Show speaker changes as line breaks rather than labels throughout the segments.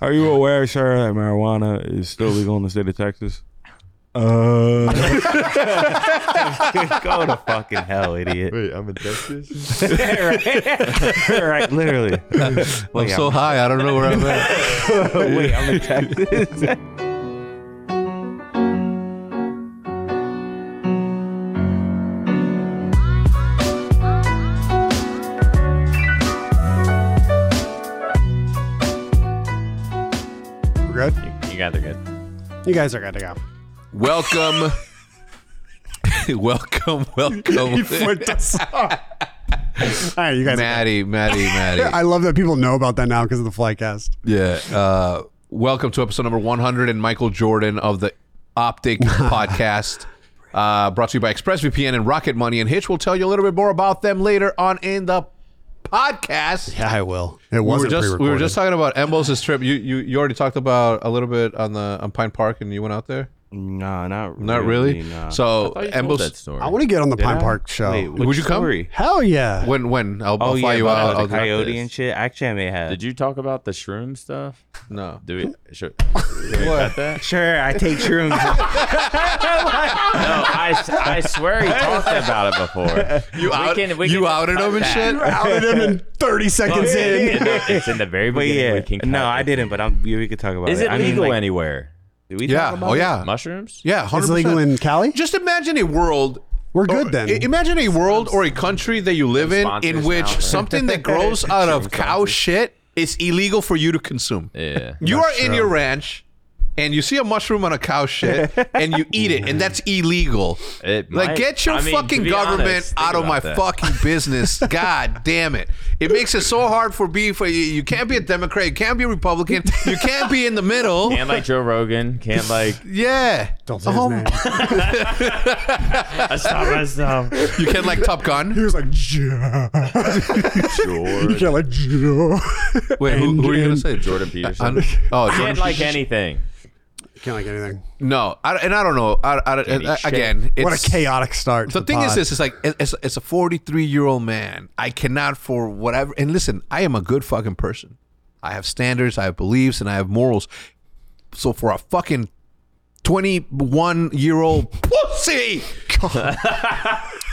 Are you aware, sir, that marijuana is still legal in the state of Texas?
Uh,
Go to fucking hell, idiot.
Wait, I'm in Texas.
right? right, literally.
I'm so high, I don't know where I'm at.
Wait, I'm in Texas.
We're good.
you guys are good.
You guys are good to go.
Welcome. welcome, welcome.
us All right, you guys. Are
Maddie, Maddie,
good. I
Maddie.
love that people know about that now because of the Flycast.
Yeah. Uh, welcome to episode number 100 and Michael Jordan of the Optic Podcast. Uh, brought to you by ExpressVPN and Rocket Money. And Hitch will tell you a little bit more about them later on in the podcast.
Yeah, I will. It
we were
wasn't
just we were
pre-recorded.
just talking about Embos' trip. You, you you already talked about a little bit on the on Pine Park, and you went out there.
Nah, not
Not really.
nah.
So
I told that
Embos,
story.
I want to get on the Pine
I?
Park show.
Wait,
Would
which
you come?
story?
Hell yeah!
when when I'll,
Oh,
I'll
yeah,
fly you
about
out.
the
I'll-
coyote and shit. Actually, I may have.
Did you talk about the shroom stuff?
no.
Do we? Sure.
What?
Sure, I take shrooms. no, I, s- I swear he talked about it before.
You out?
can- we
you
can
outed
cut
him and
that.
shit.
outed him in 30 seconds in.
it's in the very
But
beginning.
yeah,
we can cut
no, I
it.
didn't. But I'm, we could talk about
Is
it.
it
I mean,
legal
like,
anywhere?
did we
Yeah.
talk about
Oh
it?
yeah.
Mushrooms?
Yeah.
It's
Hundred
legal in Cali.
Just imagine a world. Oh,
We're good then.
I- Imagine a world or a country that you live in in
Sponsors
which
now, right?
something that grows out of cow shit is illegal for you to consume.
Yeah.
You are in your ranch and you see a mushroom on a cow shit and you eat it and that's illegal.
It
like
might-
get your
I mean, to
fucking
be
government
honest, think
out of
about
my
that.
fucking business. God damn it. It makes it so hard for me for you. You can't be a Democrat, you can't be a Republican, you can't be in the middle.
Can't like Joe Rogan. Can't like.
Yeah.
Don't say
Oh,
his name.
I stop myself.
You can't like Top
He
Gun.
was like, "Yeah." You can't like, "Yeah."
Wait, who, who are you gonna say?
Jordan Peterson.
Un- oh,
Can't
Jordan-
like anything.
Can't like anything.
no, I, and I don't know. I, I, I,
shit.
again, it's,
What a chaotic start. to
The thing is,
pod.
this is like it- it's, it's a 43 year old man. I cannot for whatever. And listen, I am a good fucking person. I have standards, I have beliefs, and I have morals. So for a fucking 21 year old pussy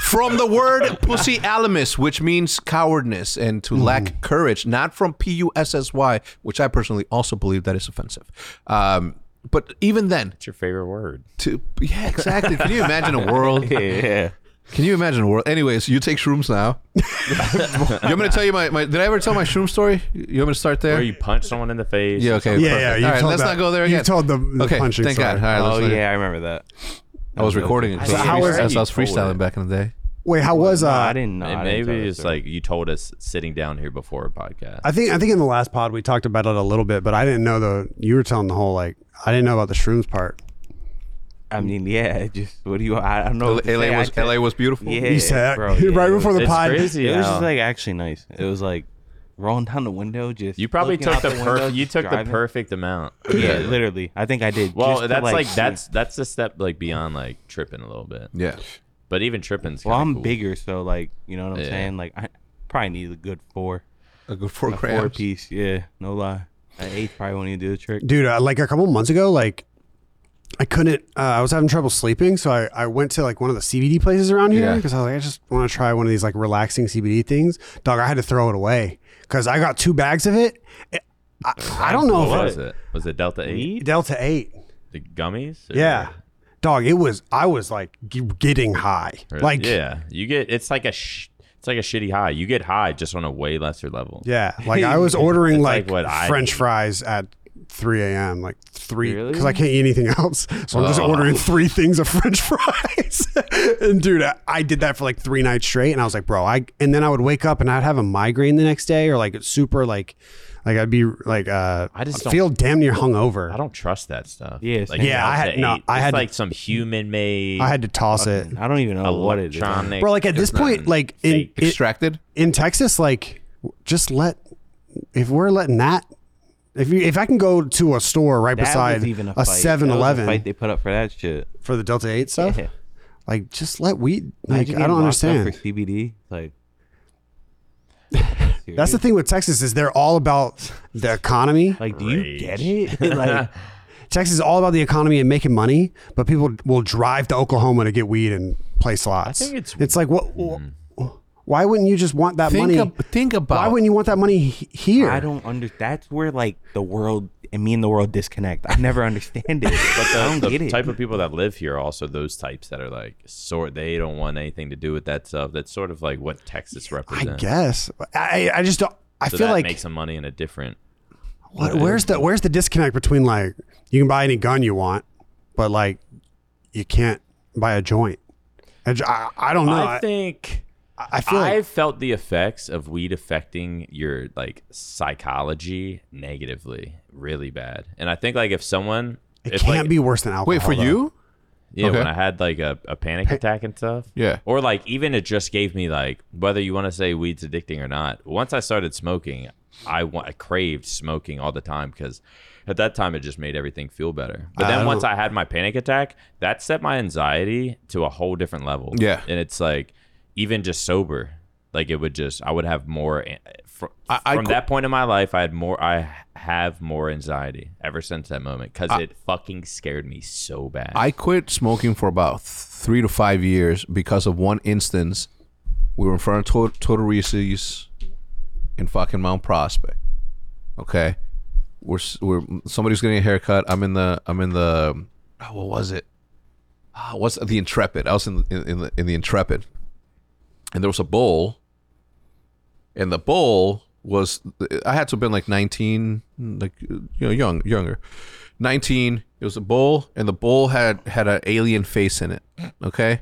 from the word pussy alamus, which means cowardness and to lack courage, not from P U S S Y, which I personally also believe that is offensive. Um, but even then,
What's your favorite word?
to yeah, exactly. Can you imagine a world?
Yeah.
Can you imagine a world? Anyways, you take shrooms now. you want me to tell you my, my did I ever tell my shroom story? You want me to start there?
Where you punch someone in the face.
yeah, okay.
Yeah,
perfect.
yeah. You
All right,
told
let's
that-
not go there
you
again.
told the- the
okay,
punching
thank God.
story.
All right,
Oh
let's not-
yeah, I remember that.
I was recording it.
So
I
how
was,
was-
I was
you told
freestyling
it.
back in the day.
Wait, how was uh?
I didn't know.
And
I didn't tell
maybe
that
it's
story.
like you told us sitting down here before a podcast.
I think I think in the last pod we talked about it a little bit, but I didn't know the you were telling the whole like I didn't know about the shrooms part.
I mean, yeah. it Just what do you? I I don't know.
LA,
what to say. I
was
just-
LA was beautiful.
Yeah,
You said
bro, yeah,
right
it
before
was-
the
it's
pod.
crazy.
It was just
how-
like actually nice. It was like rolling down the window, just
you probably
looking
took
out
the
window,
perfect. You
just
took the
driving.
perfect amount.
Yeah, literally. I think I did.
Well,
just to,
that's like,
see-
that's that's a step like beyond like tripping a little bit.
Yeah.
But even tripping's
Well,
kinda
I'm
cool.
bigger, so like you know what I'm
Yeah.
saying. Like I probably need a good four,
A good four
four
crayons.
piece. Yeah, no lie. An eight probably won't even do the trick.
dude uh, like a couple months ago like i couldn't uh, i was having trouble sleeping so I, I went to like one of the cbd places around here
Yeah.
because i was like i just want to try one of these like relaxing cbd things dog i had to throw it away because i got two bags of it I, I don't know
What
if
was it? Was it Delta Eight?
it, delta 8
The gummies? Or-
yeah dog it was i was like g- getting high
or-
like yeah,
yeah, you get it's like a sh- it's like a shitty high. You get high just on a way lesser level.
like i was ordering
It's
like,
like what I
french
do.
fries at 3 a.m. like three because
Really?
I can't eat anything else, so I'm just
Oh.
ordering three things of French fries. and dude, I, I did that for like three nights straight, and I was like, bro, I and then I would wake up and I'd have a migraine the next day, or like super like like I'd be like uh
I just
I'd feel damn near
I
hungover.
don't trust that stuff.
Yeah,
like
same.
Yeah, I
Delta
had- no,
8,
I
it's
had-
like some human made.
I, had to toss it,
I don't even know what it is.
electronic.
bro. Like at this point, like in,
fake.
in
Extracted.
in Texas, like just let if we're letting that. If, you, if I can go to a store right
That
beside
was even a
a
fight. That was
Seven Eleven
fight they put up for that shit.
for the Delta 8 stuff,
Yeah.
like just let weed. Like,
Imagine
I
getting
don't
locked up
understand.
for CBD. Like dude.
That's the thing with Texas is they're all about the economy.
like, do you get
Rage.
it? like,
Texas is all about the economy and making money, but people will drive to Oklahoma to get weed and play slots.
think it's-
like what?
Mm.
Why wouldn't you just want that
think,
money?
ab- think about
why wouldn't you want that money he- here?
I don't understand. That's where like the world and me and the world disconnect. I never understand it. but I don't
the
get it.
type of people that live here are also those types that are like sort they don't want anything to do with that stuff. That's sort of like what Texas
I
represents.
guess. I I just don't. I
So
feel
that
like
makes some money in a different.
what, where's the where's the disconnect between like you can buy any gun you want, but like you can't buy a joint. I, j- I- I don't know.
I
I,
think
I feel like
I've felt the effects of weed affecting your like psychology negatively, really bad. And I think like if someone,
it
if,
can't
like,
be worse than alcohol.
Wait, for
though.
you?
Yeah,
Okay.
when I had like a, a panic attack and stuff.
Yeah.
Or like even it just gave me like whether you want to say weed's addicting or not. Once I started smoking, I wa- I craved smoking all the time because at that time it just made everything feel better. But
I
then
don't-
once I had my panic attack, that set my anxiety to a whole different level.
Yeah.
And it's like even just sober, like it would just I would have more an- fr-
I- I
from
qu-
that point in my life I had more I have more anxiety ever since that moment cuz it fucking scared me so bad.
I quit smoking for about th- three to five years because of one instance. We were in front of Tot- Totorici's in fucking Mount Prospect. Okay, we're s- we're somebody's getting a haircut. I'm in the I'm in the oh, what was it? Ah, what's the Intrepid? I was in in in the, in the Intrepid, and there was a bowl. And the bowl was I had to have been like 19, like you know, young younger. 19 it was a bowl and the bowl had had an alien face in it okay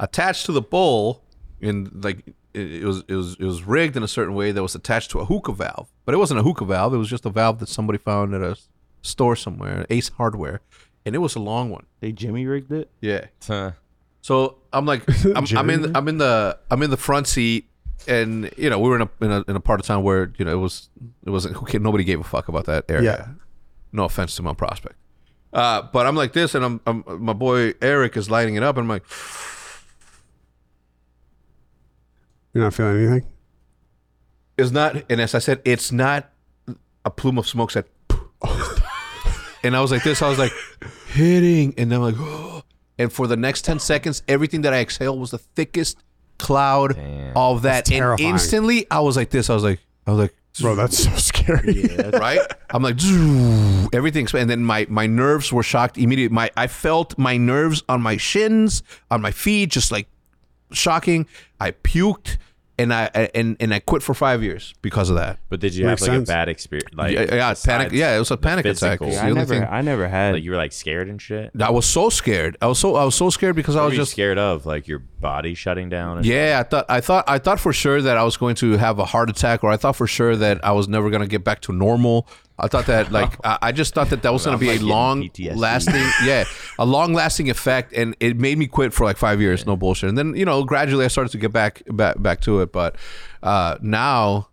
attached to the bowl and like it, it was it was it was rigged in a certain way that was attached to a hookah valve but it wasn't a hookah valve it was just a valve that somebody found at a store somewhere ace hardware and it was a long one
they Jimmy rigged it.
yeah
Huh.
so I'm like, I'm, I'm in, I'm in the, I'm in the front seat, and you know, we were in a, in a, in a part of town where you know it was, it wasn't, who ca- nobody gave a fuck about that area.
Yeah.
No offense to Mount Prospect, uh, but I'm like this, and I'm, I'm, my boy Eric is lighting it up, and I'm like,
You're not feeling anything.
it's not, and as I said, it's not a plume of smoke said, and I was like this, I was like, hitting, and I'm like, and for the next ten seconds, everything that I exhaled was the thickest cloud of that, and
terrifying.
instantly I was like this, I was like, I was like,
Bro, that's so scary.
right? I'm like, "Zoo," everything's, and then my my nerves were shocked immediately. My I felt my nerves on my shins, on my feet, just like shocking. I puked, and I and and I quit for five years because of that.
But did you
Makes
have like
sense.
a bad experience? Like
yeah, yeah, panic.
besides
Yeah, it was a
the
panic attack.
physical?
It's the
I
only
never,
thing-
I never had.
Like you were like scared and shit.
I was so scared. I was so I was so scared because I
What
was
were you
just
scared of like your body shutting down? And
Yeah, I thought I thought I thought for sure that I was going to have a heart attack, or I thought for sure that I was never going to get back to normal. I thought that like I, I just thought that that was going to be
like
a
getting
long
PTSD.
lasting, yeah, a long lasting effect, and it made me quit for like five years, no bullshit. And then you know gradually I started to get back back back to it, but uh, now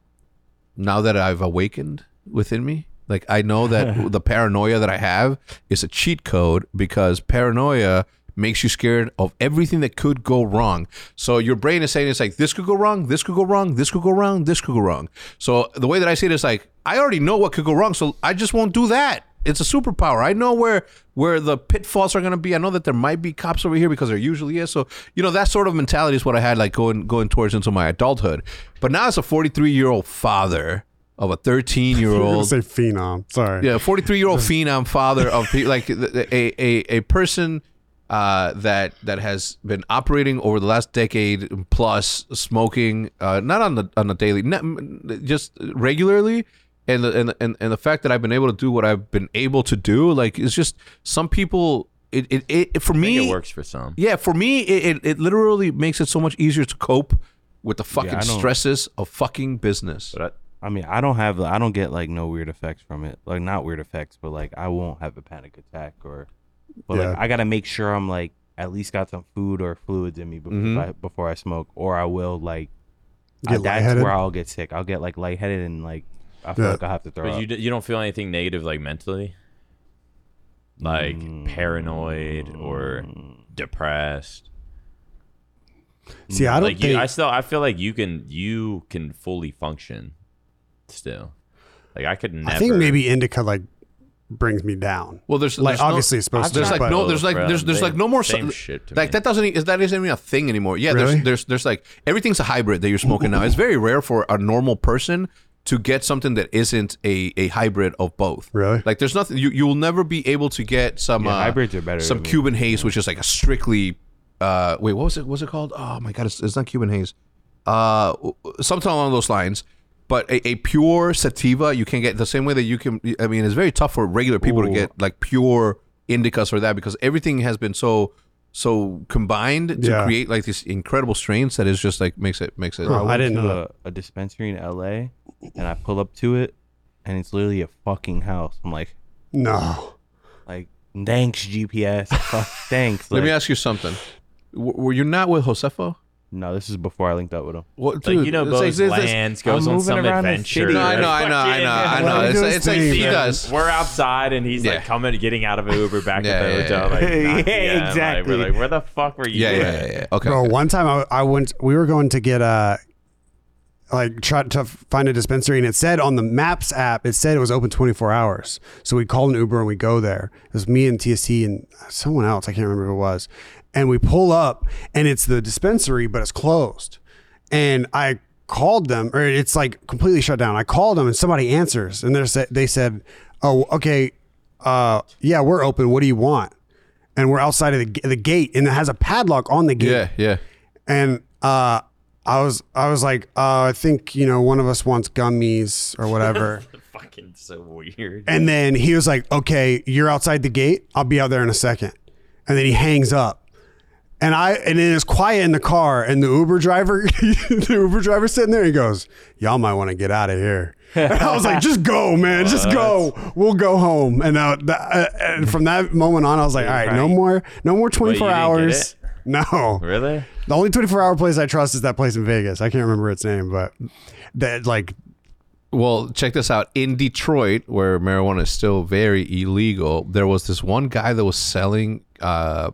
now that I've awakened within me, like I know that the paranoia that I have is a cheat code because paranoia makes you scared of everything that could go wrong. So your brain is saying it's like this could go wrong, this could go wrong, this could go wrong, this could go wrong. So the way that I see it is like I already know what could go wrong, so I just won't do that. It's a superpower. I know where where the pitfalls are going to be. I know that there might be cops over here because there usually is. So you know that sort of mentality is what I had like going going towards into my adulthood. But now as a 43 year old father of a 13 year
I was
old,
gonna say phenom. Sorry.
yeah, 43 year old phenom father of pe- like th- th- a a a person. Uh, that that has been operating over the last decade plus smoking, uh, not on the on the daily, not, just regularly, and the, and, the- and and the fact that I've been able to do what I've been able to do, like it's just some people. It it, it for
I
me
think it works for some.
yeah, for me, it, it, it literally makes it so much easier to cope with the fucking
I don't-
stresses of fucking business.
But
I mean, I don't have, I don't get like no weird effects from it. Like not weird effects, but like I won't have a panic attack or. But
Yeah.
like I gotta make sure I'm like at least got some food or fluids in me before I before I smoke, or I will like. I,
Get
that's
lightheaded?
where I'll get sick. I'll get like lightheaded and like I feel
Yeah.
like I will have to
I,
throw
but
up.
you d- you don't feel anything negative like mentally, like paranoid or depressed.
See, I don't
like
think
you, I still I feel like you can you can fully function still. Like I could never.
I think maybe indica like brings me down.
Well, there's
Like
there's no-
obviously it's supposed to,
There's
but-
like no, there's like
Bro,
there's there's like no more
same shit to
like
me.
that doesn't e- that isn't even a thing anymore. Yeah,
Really?
there's there's there's like everything's a hybrid that you're smoking now. It's very rare for a normal person to get something that isn't a, a hybrid of both.
Really?
Like there's nothing you you will never be able to get some
Yeah,
uh,
hybrids are better
Some
to me.
Cuban haze, which is like a strictly uh wait what was it what was it called? Oh my god, it's, it's not Cuban haze. Uh, w- w- something along those lines. But a, a pure sativa, you can get the same way that you can. I mean, it's very tough for regular people to
Ooh.
get like pure indicas for that because everything has been so so combined to
Yeah.
create like these incredible strains that is just like makes it makes it.
Huh. I
went
didn't
to
know
a, a dispensary in LA and I pull up to it and it's literally a fucking house. I'm like,
No.
like thanks GPS. Fuck, thanks.
Let
Like,
me ask you something. W- were you not with Josefo?
no, this is before I linked up with him.
What
Like
dude,
you know,
it's- it's-
Bo's
it's-
Lance goes
I'm
on
moving
some
around the
adventure.
city.
No, I know, I know, I know, I know.
Let him
It's,
do his
it's like
thing,
he
man.
does.
We're outside and he's
Yeah.
like coming, getting out of an Uber back
Yeah,
at
yeah,
the hotel.
yeah.
Like, 9
Yeah,
PM. Like,
exactly.
we're like, where the fuck were you?
Yeah, yeah,
at?
yeah, yeah. Okay.
Bro,
okay.
one time I, I went, we were going to get a, like, try to find a dispensary, and it said on the Maps app, it said it was open 24 hours. So we called an Uber and we go there. It was me and TST and someone else, I can't remember who it was. And we pull up, and it's the dispensary, but it's closed. And I called them, or it's like completely shut down. I called them, and somebody answers, and they're, sa- they said, Oh, okay, uh, yeah, we're open. What do you want? And we're outside of the, g- the gate, and it has a padlock on the gate
Yeah, yeah.
and uh, I was I was like, uh, I think you know one of us wants gummies or whatever.
Fucking so weird.
and then he was like, okay, you're outside the gate. I'll be out there in a second. And then he hangs up. And I and it is quiet in the car, and the Uber driver, the Uber driver sitting there, he goes, "Y'all might want to get out of here." And I was like, "Just go, man, just go. We'll go home." And, uh, th- uh, and from that moment on, I was like, "All right, no more, no more twenty four
you didn't get
hours." No,
Really?
the only 24 hour place I trust is that place in Vegas. I can't remember its name, but that like
Well, check this out. In Detroit, where marijuana is still very illegal, there was this one guy that was selling uh,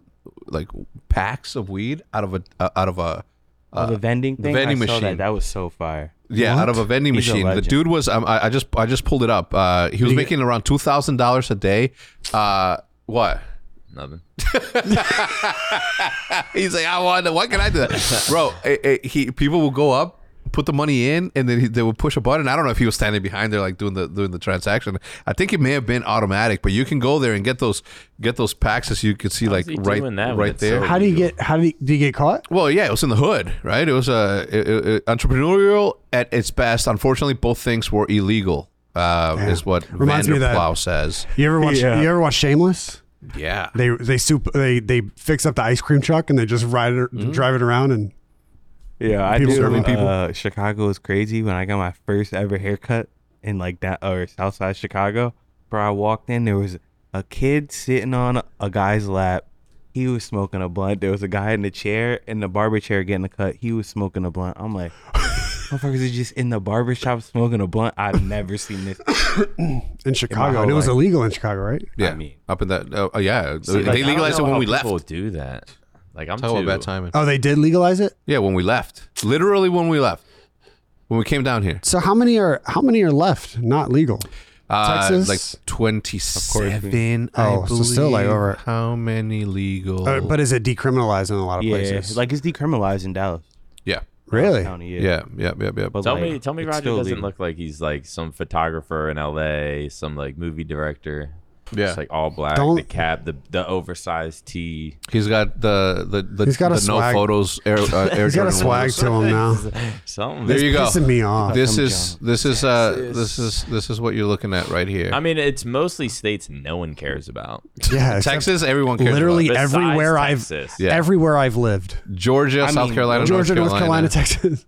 like packs of weed out of a uh, out of a
Oh, the vending thing.
Uh, vending
I saw
machine.
That. that was so fire.
yeah out of a vending
He's a
machine. the
legend.
dude was um, I, I just I just pulled it up. Uh, he was making around two thousand dollars a day. Uh, what?
Nothing.
He's like, I want. to- Why can I do that, bro? eh, eh, he people will go up, put the money in, and then he, they will push a button. I don't know if he was standing behind there, like doing the doing the transaction. I think it may have been automatic, but you can go there and get those get those packs as you can see, like
he
right
doing that when
right
it's
there.
so-
how do you get how do you, do you get caught?
Well, yeah, it was in the hood, right? It was uh, it- it- entrepreneurial at its best. Unfortunately, both things were illegal. Uh, is what
Reminds me of that-
Vanderplow says.
You ever watch
Yeah.
you ever watch Shameless?
Yeah,
They they soup they they fix up the ice cream truck and they just ride it drive it around and
Yeah, I
People
do.
serving people.
Uh, Chicago is crazy. When I got my first ever haircut in like that or Southside Chicago, bro, I walked in. There was a kid sitting on a guy's lap. He was smoking a blunt. There was a guy in the chair in the barber chair getting a cut. He was smoking a blunt. I'm like, motherfuckers are just in the barber shop smoking a blunt. I've never seen this.
in Chicago. And it was
life.
illegal in Chicago, right?
yeah.
mean-
up in that. Oh, yeah,
Like, I
they
don't
legalized it
know
when
how
we left.
people do that. Like I'm
Talk
too,
about bad timing.
Oh, they did legalize it.
Yeah, when we left. Literally when we left. When we came down here.
So how many are how many are left not legal?
Uh,
Texas?
Like 27, I
Oh, so still, like,
believe.
over-
How many legal?
Uh, but is it decriminalized in a lot of
Yeah,
places?
like it's decriminalized in Dallas
yeah.
really?
County. Yeah,
Yeah, yeah, yeah, yeah.
But
Tell
like,
me, tell me,
it's
Roger
still
doesn't
legal.
look like he's like some photographer in L.A., some like movie director.
Yeah.
It's like all black, the
Don't-
cap, the the oversized tee.
He's got the the the,
He's got a
the no
swag.
photos air, uh, air
He's got a
Jordan
swag
ones.
to him now.
Something.
There you go.
Pissing me off.
This
Come
is this is uh this is this is what you're looking at right here.
I mean, it's mostly states no one cares about.
yeah, except
Texas, everyone cares
Literally
about.
Besides
everywhere
Texas.
I've
Yeah.
everywhere I've lived.
Georgia,
I
South
mean,
Carolina,
Georgia,
North Carolina,
Texas.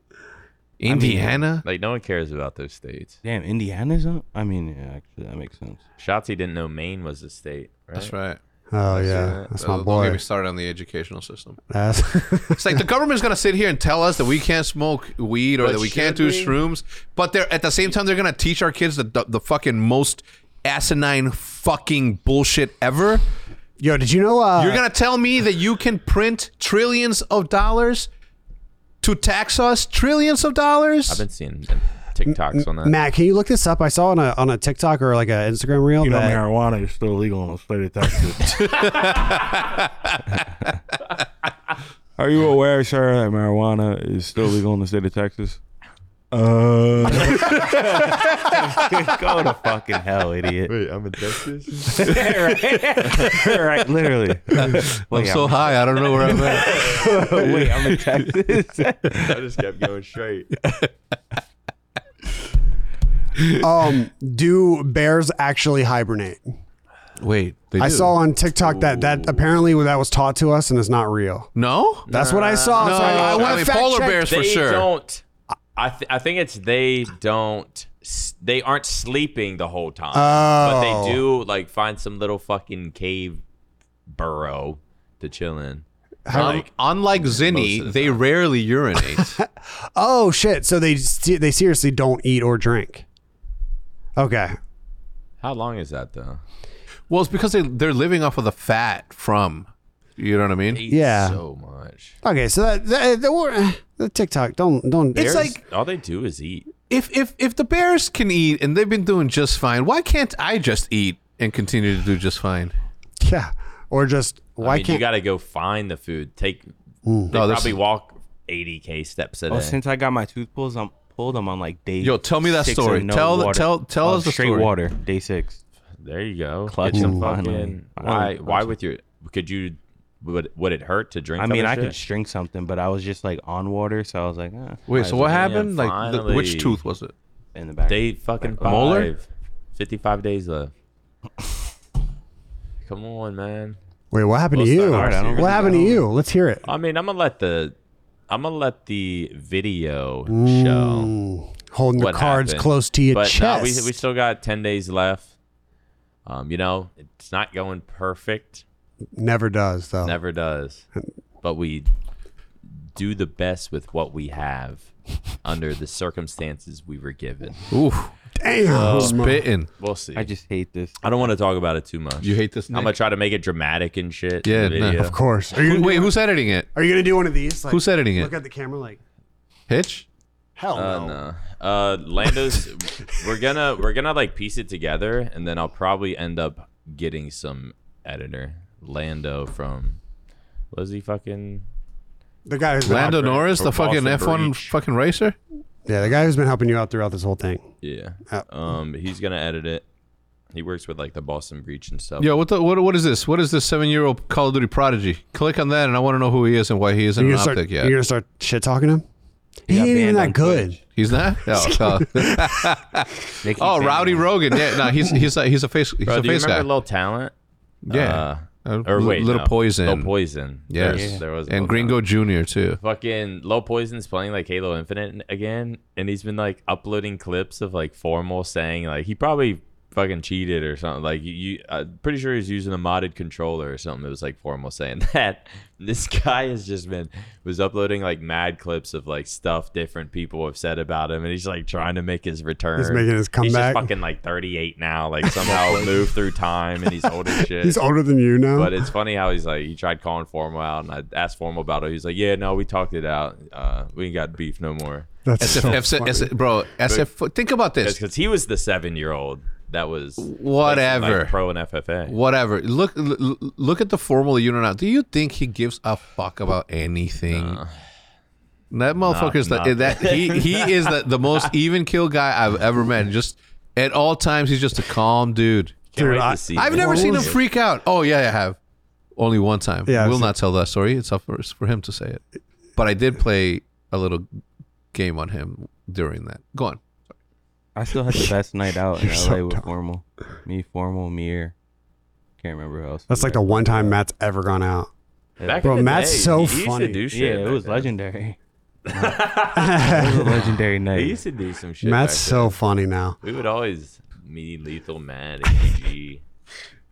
Indiana.
Like no one cares about those states.
Damn, Indiana's up. I mean, yeah, actually, that makes sense.
Shotzi didn't know Maine was a state. Right?
That's right.
Oh yeah, that's my
Uh, Don't get
boy.
me started on the educational system.
That's-
It's like the government's gonna sit here and tell us that we can't smoke weed or
But
that we
should
can't do
we?
shrooms, but they're at the same time they're gonna teach our kids the the, the fucking most asinine fucking bullshit ever.
Yo, did you know? Uh,
You're gonna tell me that you can print trillions of dollars to tax us trillions of dollars?
I've been seeing them TikToks on that.
Matt, can you look this up? I saw on a on a TikTok or like an Instagram reel
You know,
that
marijuana is still legal in the state of Texas. Are you aware, sir, that marijuana is still legal in the state of Texas? Uh,
Go to fucking hell, idiot.
Wait, I'm in Texas.
right? right, literally.
I'm
Wait,
so high, I don't know where I'm at.
I'm, wait, I'm in Texas.
I just kept going straight.
um do bears actually hibernate?
Wait, they
I
do.
saw on TikTok that that apparently that was taught to us and it's not real.
No,
That's what I saw.
no.
so I, I want
mean,
fact
polar
check.
bears for
they
sure.
don't. I th- I think it's they don't. s- They aren't sleeping the whole time, but
Oh.
they do like find some little fucking cave burrow to chill in.
Um, unlike Zinni, they rarely urinate.
Oh shit! So they se- they seriously don't eat or drink. Okay,
How long is that though?
well, it's because they they're living off of the fat from. You know what I mean?
Eat
Yeah.
so much.
okay. So that that, that were- eh, the TikTok don't don't.
It's
It's
like-
like
All they do is eat.
If if if the bears can eat and they've been doing just fine, why can't I just eat and continue to do just fine?
yeah, or just why
I mean,
can't
you got to go find the food? Take. They
No, this-
probably walk 80k steps a day.
Well, since I got my tooth pulled, I'm pulled. I'm on like day.
Yo, tell me that
six of
story.
no
Tell the-
water.
tell- tell
Of
us the
straight
story.
water. Day six.
there you go.
Clutch
Get some
them
fucking-
finally.
Why? Why with your? Could you? Would would it hurt to drink?
I mean,
other
I
shit?
could drink something, but I was just like on water, so I was like, eh, might
Wait,
as
so
well.
what happened?
Yeah,
like, the, which
finally.
tooth was it?
in the back?
Day fucking five.
Molar?
55 days left. Come on, man.
wait? What happened to
Well, it's
you?
not hard. I don't
what
really
happened to you? Let's hear it.
I mean, I'm gonna let the I'm gonna let the video show
Mm, Holding
what
the cards
happened.
close to your
but
chest.
no, we we still got 10 days left. Um, you know, it's not going perfect.
Never does
Oh.
though.
Never does. But we do the best with what we have under the circumstances we were given.
Oof,
Damn.
Oh.
spitting.
We'll see.
I just hate this.
I don't want to talk about it too much.
You hate this?
I'm gonna try to make it dramatic and shit. in
Yeah,
the
no.
video.
of course. Are you
Who,
gonna,
wait, who's editing it?
are you gonna do one of these? Like,
Who's editing it?
Look at the camera, like
Hitch.
hell
Uh,
no.
no. Uh, Lando's. we're gonna we're gonna like piece it together, and then I'll probably end up getting some editor Lando from. Was he fucking?
The guy who's
Lando
been,
Norris,
from
the fucking
Boston
F1
Breach.
fucking racer.
yeah, the guy who's been helping you out throughout this whole thing.
Yeah.
Uh,
Um, he's gonna edit it. He works with like the Boston Breach and stuff.
Yo, what the, what what is this? What is this seven year old Call of Duty prodigy? Click on that, and I want to know who he is and why he isn't
You're
an
gonna, start,
optic
you're
yet.
gonna start shit talking him. He
got
ain't even
banned
that
on
good.
He's not. Oh, oh.
They keep
Oh,
saying
Rowdy
that.
Rogan. Yeah, no, he's he's a, he's a face he's
Bro,
a
do you
face
remember
guy.
Little Talent?
yeah,
Uh,
Uh,
or
L-
wait,
Lil
no.
Poison.
Little Poison.
Yes.
There's- there was uh,
and
Lil
Gringo Jr. too.
fucking low poison's playing like halo infinite again and he's been like uploading clips of like formal saying like he probably fucking cheated or something like you, you i'm pretty sure he's using a modded controller or something it was like formal saying that this guy has just been was uploading like mad clips of like stuff different people have said about him and he's like trying to make his return
He's making his comeback.
just fucking like 38 now like somehow moved through time and he's old as shit
He's older than you now.
but it's funny how he's like, he tried calling Formal out, and I asked Formal about it. He's like, yeah, no, we talked it out. Uh, we ain't got beef no more.
That's
SF,
so
SF,
funny.
bro, SF. Think about
It's
this.
because he was the seven year old that was
Whatever.
like, pro and FFA.
Whatever. Look, l- l- look at the formal unit now. Do you think he gives a fuck about anything? that motherfucker's
Nah,
the,
nah.
that he he is the, the most even kill guy I've ever met. Just at all times, he's just a calm dude.
Can't
Dude,
wait to
I-
see
I've
him.
never seen him
Formals-
freak out. Oh yeah, I have. Only one time.
Yeah,
Yeah,
I've
will
seen-
not tell that story. It's up for, it's for him to say it. But I did play a little game on him during that. Go on.
I still had the best night out in LA
so
with
dumb.
formal. Me, formal, Mir. Can't remember who else.
That's like the one time Matt's ever gone out.
Back
Bro,
in the
Matt's
day,
so
he used
funny.
to do
yeah,
shit
it
back
was
then.
legendary. it was a legendary
He
night.
used to do some shit.
Matt's
back
so funny now.
then. We would always meet Lethal Matt, AG,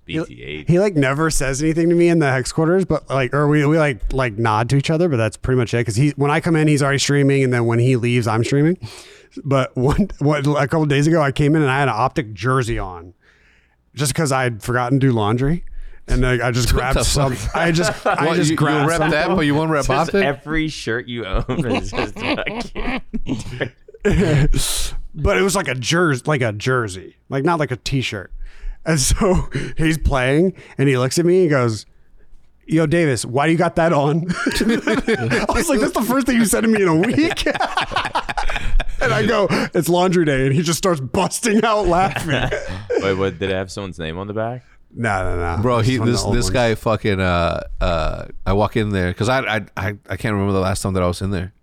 BTH.
He like never says anything to me in the hex quarters, but like, or we, we like like nod to each other, but that's pretty much it. Because he when I come in, he's already streaming, and then when he leaves, I'm streaming. But one what a couple days ago, I came in and I had an optic jersey on, just because I'd forgotten to do laundry, and like, I just grabbed
the
some. I just I
What,
just
you, you'll
grabbed
rep
something.
that, but you won't rep
Just
Optic?
every shirt you own is just fucking.
but it was like a jersey, like a jersey, like not like a t-shirt. And so he's playing, and he looks at me and goes, "Yo, Davis, why do you got that on?" I was like, "That's the first thing you said to me in a week." and I go, "It's laundry day," and he just starts busting out laughing.
Wait, what? Did it have someone's name on the back?
No, no, no,
Bro, he
It's one of the
this
old
this
ones.
guy fucking uh uh I walk in there because I, I I I can't remember the last time that I was in there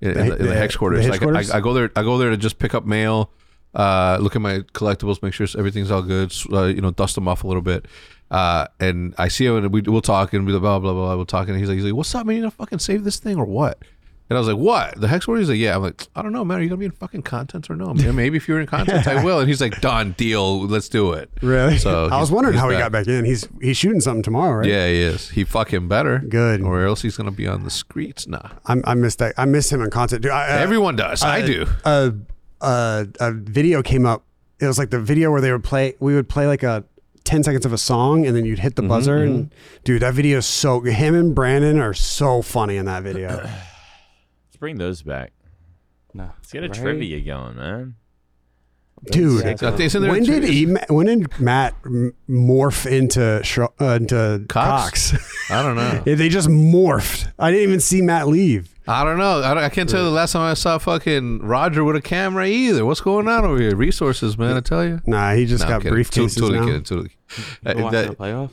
in, in
The-
the, in the
the-
hex quarters.
the
like,
hex quarters?
I, I go there I go there to just pick up mail, uh look at my collectibles, make sure everything's all good, s- uh, you know, dust them off a little bit. Uh, and I see him and we we'll talk and we blah blah blah. blah we'll talk and he's like he's like what's up man? You gonna fucking save this thing or what? And I was like, "What? The hex word?" He's like, "Yeah." I'm like, "I don't know, man. Are you gonna be in fucking content or no? Man, maybe if you're in content, I will." And he's like, "Done, deal. Let's do it."
Really?
So
I was
he's-
wondering
he's
how he
back.
got back in. He's he's shooting something tomorrow, right?
Yeah, he is. He fucking better.
Good.
Or else he's gonna be on the streets. Nah.
I'm, I missed that. I miss him in content, dude. I, uh,
Everyone does. I do.
a, a a video came up. It was like the video where they would play. We would play like a ten seconds of a song, and then you'd
Mm-hmm,
hit the buzzer. And dude, that video is so. Him and Brandon are so funny in that video.
Let's bring those back.
No.
Let's get a trivia going, man.
dude,
I think it's in there
uh, when
too.
did he, ma- when did Matt m- morph into Shro- uh, into
Cox?
Cox?
I don't know.
Yeah, they just morphed. I didn't even see Matt leave.
I don't know. I, don't- I can't tell you the last time I saw fucking Roger with a camera either. What's going on over here? Resources, man. I tell you.
Nah, he just
No, I'm
got
kidding. To-
briefcases
Totally
now.
kidding. Totally.
You
Uh,
watching
that-
the playoffs?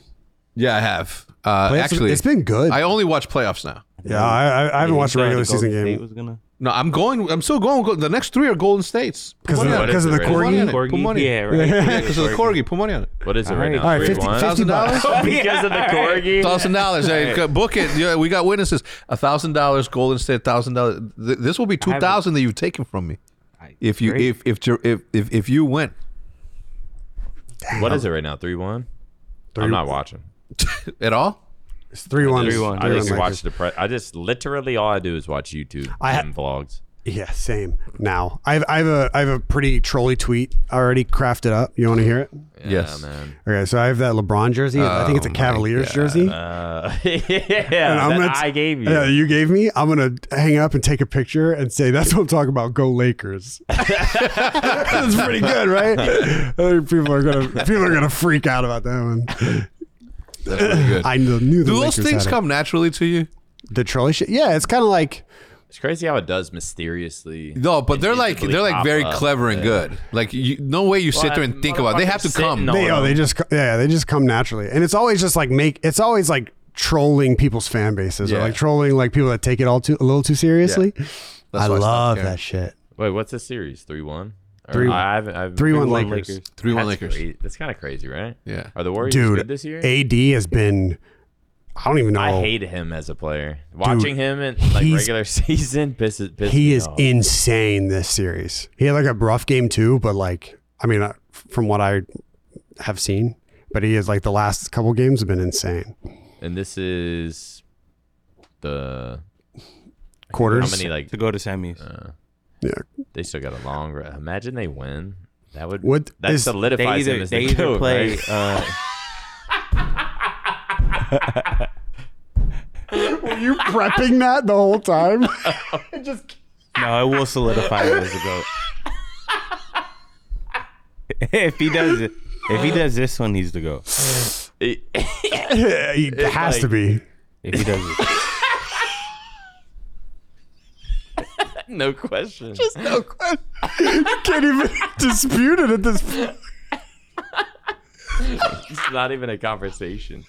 yeah, I have. Uh,
Playoffs-
actually,
it's been good.
I only watch playoffs now.
yeah, I, I, I haven't
You
watched a
thought
regular
the Golden
season
State
game
was gonna
No, I'm going. I'm still going. The next three are Golden States. Put
because of,
money
the-
on it.
'cause of the
What is it,
Corgi?
corgi.
Put
Corgi?
money.
Yeah, right.
Yeah, because of the corgi. Put money on it.
What is it right, now?
All right,
Three,
50
one?
Thousand dollars.
because of the corgi.
Thousand dollars. Hey, go- book it. Yeah, we got witnesses. A thousand dollars, Golden State. Thousand dollars. Th- This will be two thousand that you've taken from me. If you
Great.
if if ju- if if, if you win,
What is it right now? Three one. I'm not watching.
at all.
It's three one.
Just-
one.
I
Three
just
one
watch the press. I just literally all I do is watch YouTube
I ha-
and vlogs.
Yeah, same. Now I've I've a I have a pretty trolley tweet already crafted up. You want to hear it?
Yes.
Yeah, man.
Okay, so I have that LeBron jersey. I think it's a
Oh
Cavaliers jersey.
Uh, yeah,
I'm
that
gonna t-
I gave you.
Yeah, you gave me. I'm gonna hang up and take a picture and say that's what I'm talking about. Go Lakers. That's pretty good, right? I think people are gonna people are gonna freak out about that one.
That's pretty good.
I kn- knew the
Do
Lakers
those things
had it.
come naturally to you?
The trolley shit. Yeah, it's kind of like
It's crazy how it does mysteriously.
No, but they're like
Invisibly
they're like
pop
very
up,
clever and
yeah.
good. Like you, no way you sit
Well,
there and think about. it. They have to
motherfucker's
come.
sitting on-
they oh they just co- yeah they just come naturally and it's always just like make it's always like trolling people's fan bases or
Yeah.
like trolling like people that take it all too a little too seriously i
why I stopped
love
caring.
that shit
Wait, what's the series? Three one.
Three-
I haven't. I've,
3-1
3-1
Lakers.
3-1
That's
Lakers.
great. That's kind of crazy, right?
Yeah.
Are the Warriors
dude
good this year?
ad has been i don't even know
I hate him as a player. Watching him in like
Oh. he's-
regular season pisses. pisses
he
me
is
off.
insane this series he had like a rough game too but like i mean uh, from what i have seen but he is like the last couple games have been insane
and this is the how
quarters
many like
to go to semis.
they still got a long. Re- Imagine they win. That would
What
that
is-
they
solidifies him
either
as
they
the
either
GOAT,
play
right?
uh,
you prepping that the whole time
No, it will solidify him as a goat. if he does it, if he does this one, he's the goat.
it has to be
If he does it,
no question.
can't even dispute it at this point
it's not even a conversation.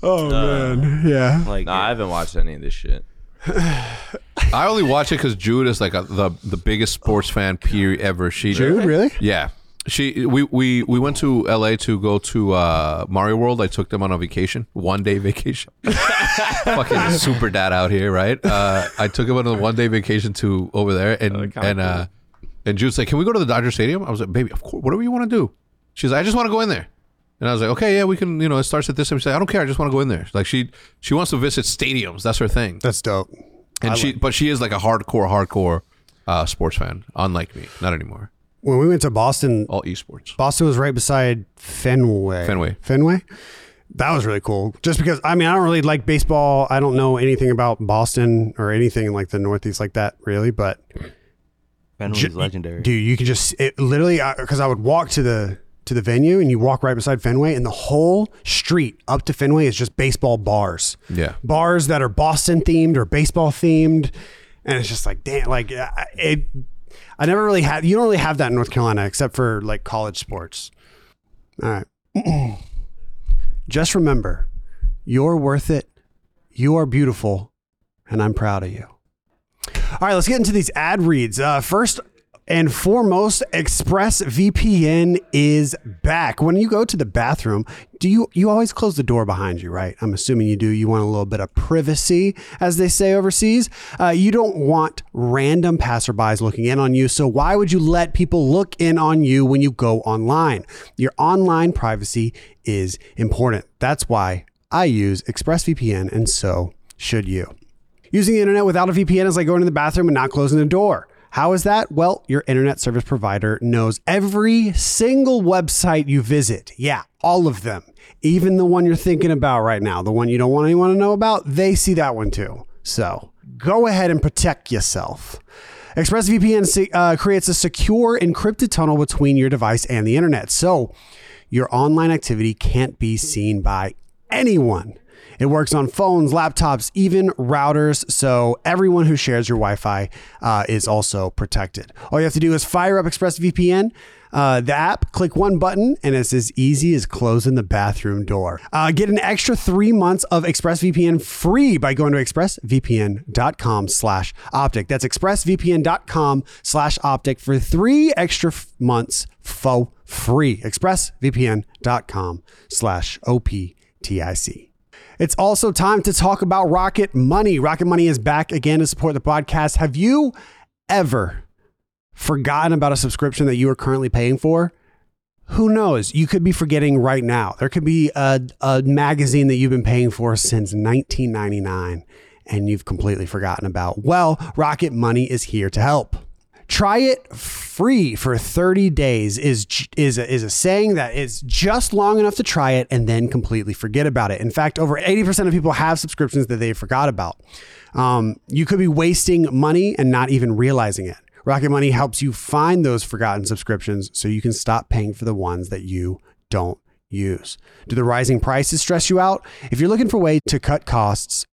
Oh man, yeah.
Uh, like
No, I haven't watched any of this shit.
I only watch it because Jude is like a, the the biggest sports fan period ever. She
Dude, really?
Yeah. She we, we we went to LA to go to uh, Mario World. I took them on a vacation, one day vacation. Fucking super dad out here, right? Uh, I took him on a one day vacation to over there, and and uh, and Jude's like, "Can we go to the Dodger Stadium?" I was like, "Baby, of course. Whatever you want to do." She's like, "I just want to go in there," and I was like, "Okay, yeah, we can. You know, it starts at this time." She's like, "I don't care. I just want to go in there." Like she she wants to visit stadiums. That's her thing
That's dope.
and she but she is like a hardcore hardcore uh, sports fan unlike me not anymore
When we went to Boston,
all esports
Boston was right beside Fenway.
Fenway.
Fenway. That was really cool. Just because I mean I don't really like baseball. I don't know anything about Boston or anything like the Northeast like that really, but
Fenway's legendary.
Dude, you could just it, literally because I would walk to the to the venue and you walk right beside Fenway and the whole street up to Fenway is just baseball bars.
Yeah.
Bars that are Boston themed or baseball themed and it's just like damn like I- it I never really had you don't really have that in North Carolina except for like college sports. All right. just remember, you're worth it. You are beautiful and I'm proud of you. All right, let's get into these ad reads. Uh, first and foremost, ExpressVPN is back. When you go to the bathroom, do you you always close the door behind you, right? I'm assuming you do. You want a little bit of privacy, as they say overseas. Uh, you don't want random passerbys looking in on you. So why would you let people look in on you when you go online? Your online privacy is important. That's why I use ExpressVPN, and so should you. Using the internet without a VPN is like going to the bathroom and not closing the door. How is that? Well, your internet service provider knows every single website you visit. Yeah, all of them. Even the one you're thinking about right now, the one you don't want anyone to know about, they see that one too. So go ahead and protect yourself. ExpressVPN se- uh, creates a secure encrypted tunnel between your device and the internet. So your online activity can't be seen by anyone. It works on phones, laptops, even routers. So everyone who shares your Wi-Fi uh, is also protected. All you have to do is fire up ExpressVPN, uh, the app, click one button, and it's as easy as closing the bathroom door. Uh, get an extra three months of ExpressVPN free by going to expressvpn.com slash optic. That's expressvpn.com slash optic for three extra f- months for free. expressvpn.com slash O-P-T-I-C. It's also time to talk about Rocket Money. Rocket Money is back again to support the podcast. Have you ever forgotten about a subscription that you are currently paying for? Who knows? You could be forgetting right now. There could be a, a magazine that you've been paying for since 1999 and you've completely forgotten about. Well, Rocket Money is here to help. Try it free for 30 days is is a, is a saying that is just long enough to try it and then completely forget about it. In fact, over 80% of people have subscriptions that they forgot about. Um, you could be wasting money and not even realizing it. Rocket Money helps you find those forgotten subscriptions so you can stop paying for the ones that you don't use. Do the rising prices stress you out? If you're looking for a way to cut costs,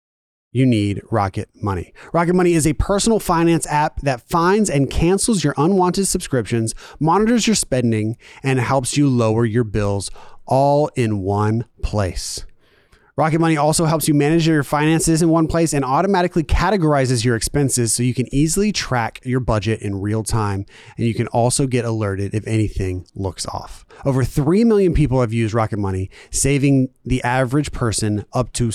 you need Rocket Money. Rocket Money is a personal finance app that finds and cancels your unwanted subscriptions, monitors your spending, and helps you lower your bills all in one place. Rocket Money also helps you manage your finances in one place and automatically categorizes your expenses so you can easily track your budget in real time. And you can also get alerted if anything looks off. Over 3 million people have used Rocket Money, saving the average person up to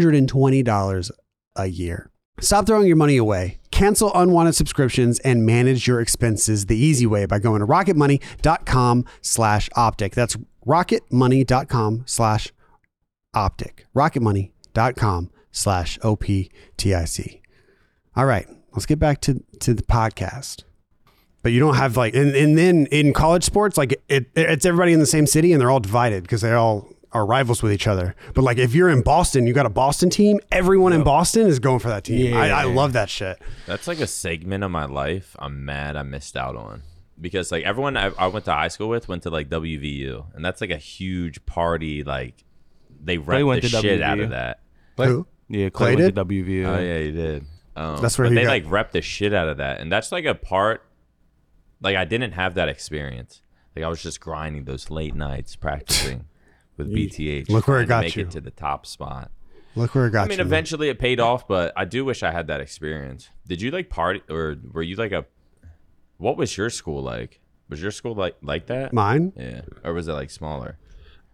$720 a year. Stop throwing your money away. Cancel unwanted subscriptions and manage your expenses the easy way by going to rocketmoney.com slash optic. That's rocketmoney.com slash optic rocketmoney.com slash optic all right let's get back to to the podcast but you don't have like and, and then in college sports like it, it's everybody in the same city and they're all divided because they all are rivals with each other but like if you're in boston you got a boston team everyone in boston is going for that team I, I love that shit
That's like a segment of my life I'm mad I missed out on because like everyone I, I went to high school with went to like WVU and that's like a huge party like they rent
went
the
to
shit out
WVU.
of that.
Who?
yeah, Clay
Clay
went
did?
to WVU.
Oh yeah, you did. Um,
That's where
but
he
they
got-
like rep the shit out of that, and that's like a part. Like I didn't have that experience. Like I was just grinding those late nights practicing with BTH.
look where it
trying to
got
make
you.
it to the top spot.
look where it got
I mean,
you
eventually it paid off, but I do wish I had that experience. Did you like party, or were you like a? What was your school like? Was your school like like that?
mine
yeah, or was it like smaller?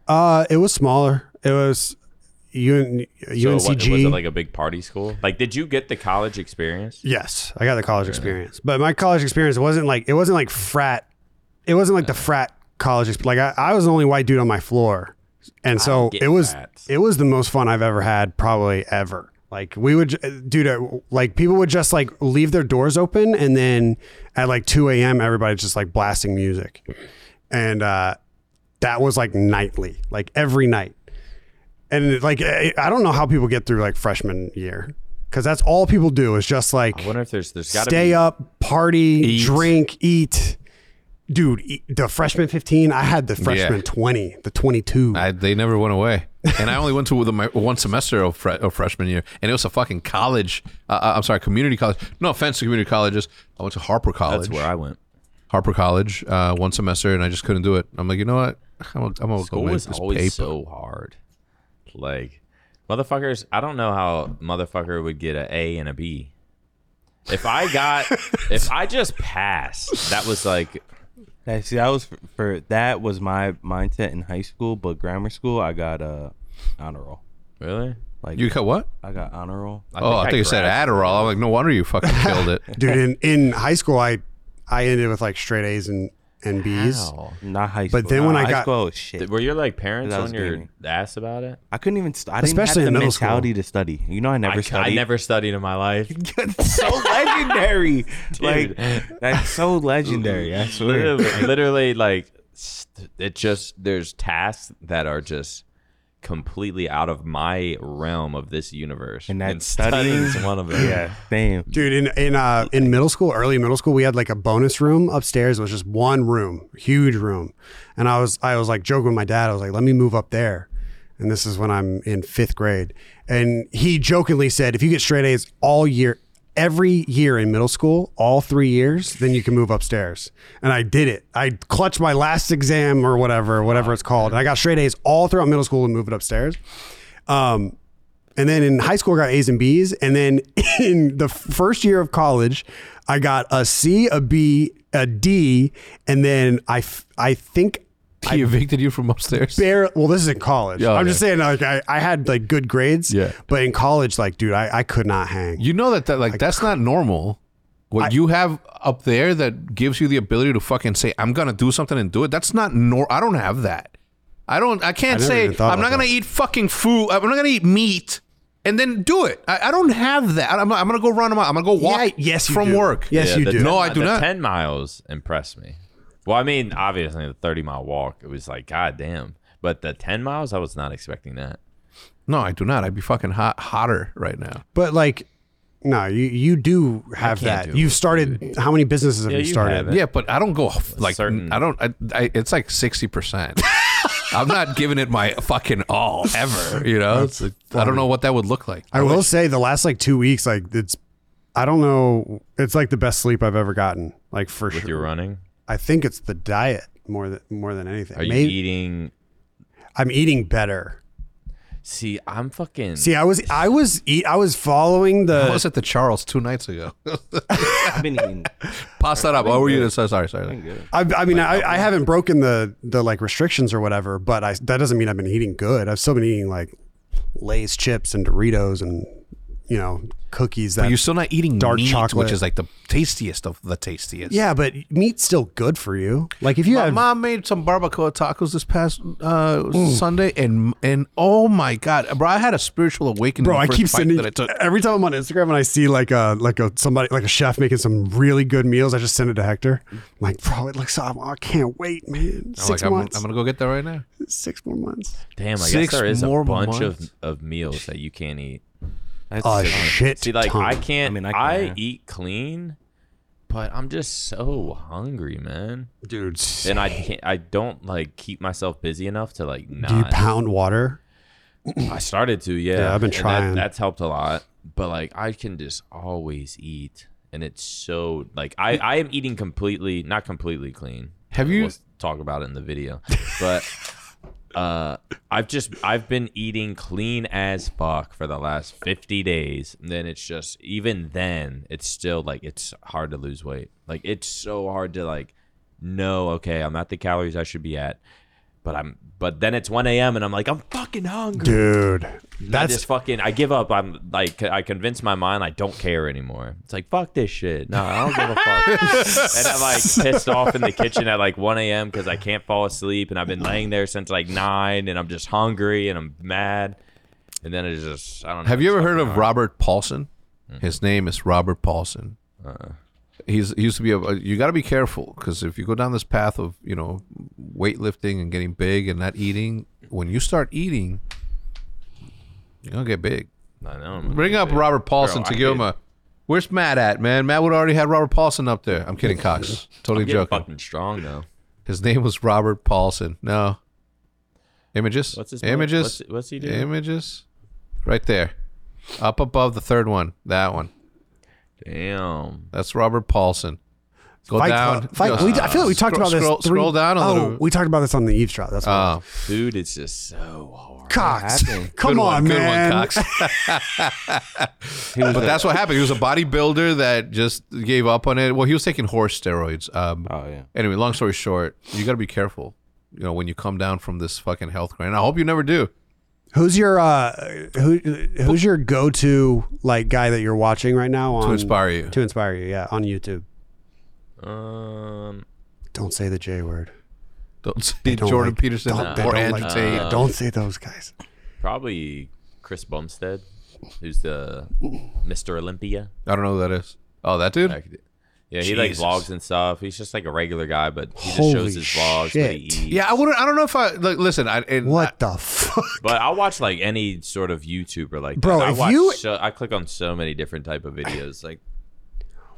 uh it was smaller it was UN,
So
uncg
what, was it like a big party school? Like, did you get the college experience?
Yes, I got the college experience, but my college experience wasn't like it wasn't like frat. It wasn't
Oh.
like the frat college. exp- Like I, I was the only white dude on my floor, and so
get
it was
frats.
it was the most fun I've ever had, probably ever. Like we would, j- dude, uh, like people would just like leave their doors open, and then at like two a.m., everybody's just like blasting music, and uh, that was like nightly, like every night. And like I I don't know how people get through like freshman year. because that's all people do is just like
I wonder if there's there's got to
stay
be,
up, party,
Eat.
drink, eat. Dude, e- the freshman 15, I had the freshman 20, the 22.
I, they never went away, and I only went to the, my, one semester of, fre- of freshman year, and it was a fucking college. Uh, Uh, I'm sorry, community college. No offense to community colleges. I went to Harper College.
That's where I went.
Harper College uh, one semester, and I just couldn't do it. I'm like, you know what? I'm gonna, I'm gonna
School
go make
was
this
always
paper.
so hard. Like, motherfuckers, I don't know how motherfucker would get a A and a B. If I got, if I just passed, that was like,
That, see, that was for, for that was my mindset in high school, but grammar school I got uh, honor roll.
really?
Like
You got what?
I got honor roll.
oh, I think you said
grasped-
Adderall. I'm like, no wonder you fucking killed it.
Dude, in, in high school, I I ended with like straight A's and, and B's.
Wow.
Not high school.
But then when
Nah,
I
high
got-
school, was shit.
Were your like parents
That was
on your
gaming.
ass about it?
I couldn't even. St- I didn't
Especially
have the
in middle school.
mentality to study. You know, I never
I, c- I
studied.
never studied in my life.
so legendary.
Dude.
Like that's so legendary. I swear.
literally, literally like st- it just there's tasks that are just completely out of my realm of this universe
And that
studying is
studying-
one of them
Yeah, same.
Dude, in in uh in middle school, early middle school, we had like a bonus room upstairs. It was just one room, huge room, and I was I was like joking with my dad. I was like, "Let me move up there," and this is when I'm in fifth grade. And he jokingly said, "If you get straight A's all year, every year in middle school, all three years, then you can move upstairs." And I did it. I clutched my last exam or whatever, whatever it's called, and I got straight A's all throughout middle school and moved upstairs. Um, and then in high school, I got A's and B's. And then in the first year of college, I got a C, a B, a D. And then I, f- I think
He evicted you from upstairs.
bare, well, this is in college.
Yeah,
I'm just
yeah.
saying, like, I, I had like good grades.
Yeah.
But in college, like, dude, I, I could not hang.
You know that that like that's not normal. What you have up there that gives you the ability to fucking say I'm gonna do something and do it. That's not nor. I don't have that. I don't. I can't
I never
say
even thought
I'm not
about
gonna eat fucking food. I'm not gonna eat meat and then do it. I, I don't have that. I'm, I'm gonna go run. a mile. I'm gonna go walk.
Yeah, yes, you
from
do.
work.
Yes,
Yeah,
you
the
do.
10
No, I
mi-
do
the
not.
10 miles impressed me well i mean obviously the 30 mile walk it was like god damn but the 10 miles i was not expecting that
No, I do not. I'd be fucking hot, hotter right now.
But like, no, you, you do have
can't
that.
do
You've started, how many businesses have
Yeah,
you
you
started?
have it.
Yeah, but I don't go like
certain-
I don't. I, I, it's like sixty percent. I'm not giving it my fucking all ever. You know, It's like- I don't know what that would look like.
I will say the last like two weeks, like, it's, I don't know, it's like the best sleep I've ever gotten. Like, for
with
sure.
your running
I think it's the diet more than more than anything.
are you
Maybe
eating
I'm eating better.
see i'm fucking
See, I was I was eat I was following the
I was at the Charles two nights ago.
I've been eating.
Pass that up. Oh, were you? Sorry, sorry.
I've been
sorry.
good.
I, I mean, I, I haven't broken the the like restrictions or whatever, but I that doesn't mean I've been eating good. I've still been eating like Lay's chips and Doritos and you know cookies. That
But you're still not eating
Dark
meat,
chocolate.
which is like the tastiest of the tastiest.
yeah, but meat's still good for you. Like if you
My
have
mom made some barbacoa tacos this past uh, Sunday, and and oh my god, bro! I had a spiritual awakening.
Bro,
the
I
first
keep
bite
sending
that I took.
every time I'm on Instagram and I see like a like a somebody like a chef making some really good meals. I just send it to Hector. I'm like, bro, it looks awesome. I can't wait, man.
Mm. I'm
6
like, I'm,
months.
I'm gonna go get that right now.
six more months.
damn i guess
Six
there is a
more
bunch
months.
of, of meals that you can't eat
That's
A
sick.
Oh, shit
See, like
ton.
I can't. I,
I mean, I can.
eat clean, but I'm just so hungry, man.
dude. s-
And I can't. I don't like keep myself busy enough to like
do you
not.
pound water?
I started to, yeah.
Yeah, I've been
and that-
trying.
that's helped a lot. But like, I can just always eat, and it's so like I I am eating completely, not completely clean.
Have you-
We'll talk about it in the video, but. Uh, I've just I've been eating clean as fuck for the last 50 days. And then it's just even then it's still like it's hard to lose weight. Like it's so hard to like know okay, I'm at the calories I should be at. But I'm but then it's 1 a.m. and I'm like I'm fucking hungry.
Dude,
I
that's
just fucking. I give up. I'm like, I convince my mind I don't care anymore. It's like fuck this shit. No, I don't give a fuck. and I'm like pissed off in the kitchen at like 1 a.m. because I can't fall asleep, and I've been laying there since like nine, and I'm just hungry and I'm mad. And then it's just I don't. know.
Have you
it's
ever heard of
fucking hard.
Robert Paulson?
Hmm.
His name is Robert Paulson.
Uh-uh.
He's he used to be a. You got to be careful because if you go down this path of you know weightlifting and getting big and not eating, when you start eating, you're gonna get big.
I know. man.
Bring up Robert Paulson
Bro,
to
I
give him
hate-
a. Where's Matt at, man? Matt would already had Robert Paulson up there. I'm kidding, Cox. Totally
Getting
joking.
fucking strong though.
His name was Robert Paulson. No. Images?
What's his
Images?
What's, what's he doing?
Images? Right there. Up above the third one. That one.
Damn.
That's Robert Paulson. Go
Fight
down.
Club. Fight,
go-
we, I feel like we talked
scroll-
about this.
Scroll,
three-
scroll down a
oh,
little.
we talked about this on the eavesdrop. That's why.
Oh,
Dude, it's just so hard.
Cox, come
good
on,
one, good one,
man.
Cox.
He was
But
a-
that's what happened. He was a bodybuilder that just gave up on it. Well, he was taking horse steroids. Um,
Oh yeah.
anyway, long story short, you got to be careful. You know, when you come down from this fucking health grind, I hope you never do.
Who's your uh, who who's your go to like guy that you're watching right now on
inspire you.
to inspire you? Yeah, on YouTube.
Um,
Don't say the J word.
Don't say
don't
Jordan
like-
Peterson
don't- they
or uh,
don't
Andrew
like-
Tate.
yeah, don't say those guys.
probably Chris Bumstead, who's the Mr. Olympia.
I don't know who that is. Oh, that dude.
Back- Yeah, he like
Jesus.
vlogs and stuff. He's just like a regular guy, but he
Holy
just shows his vlogs. What he
shit.
eats.
Yeah, I wouldn't. I don't know if I like, listen. I and
What the fuck?
But I'll watch like any sort of YouTuber like
Bro,
that. I
if
watch
you-
so, I click on so many different type of videos. Like,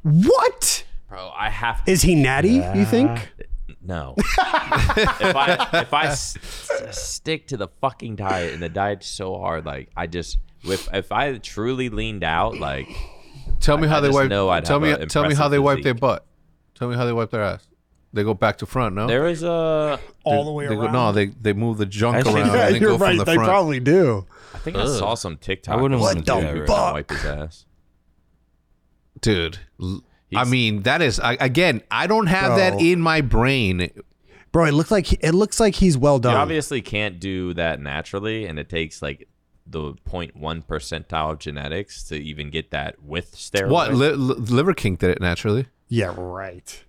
What
bro, I have
is he natty? You think?
no. if I if I s- s- stick to the fucking diet and the diet's so hard, like I just if if I truly leaned out, like
Tell me how they
just
wipe.
know I'd
Tell
have
me.
a
Tell me how
impressive
they wipe their
physique.
butt. Tell me how they wipe their ass. They go back to front. No,
there is a
All the way
They go-
around.
no, they they move the junk
Actually,
around.
yeah,
and they
you're
go
right.
From the
They
front.
probably do.
I think I saw some TikTok.
I wouldn't
of
wanna
some
do that
dude who
right
would
now.
Wipe his ass.
dude. l- I
He's-
mean, that is I, again. I don't have
Bro.
that in my brain.
Bro, it looks like he, it looks like he's well
You
done.
obviously can't do that naturally, and it takes like the 0.1 percentile of genetics to even get that with steroids.
What li, li, Liver King did it naturally.
yeah, right.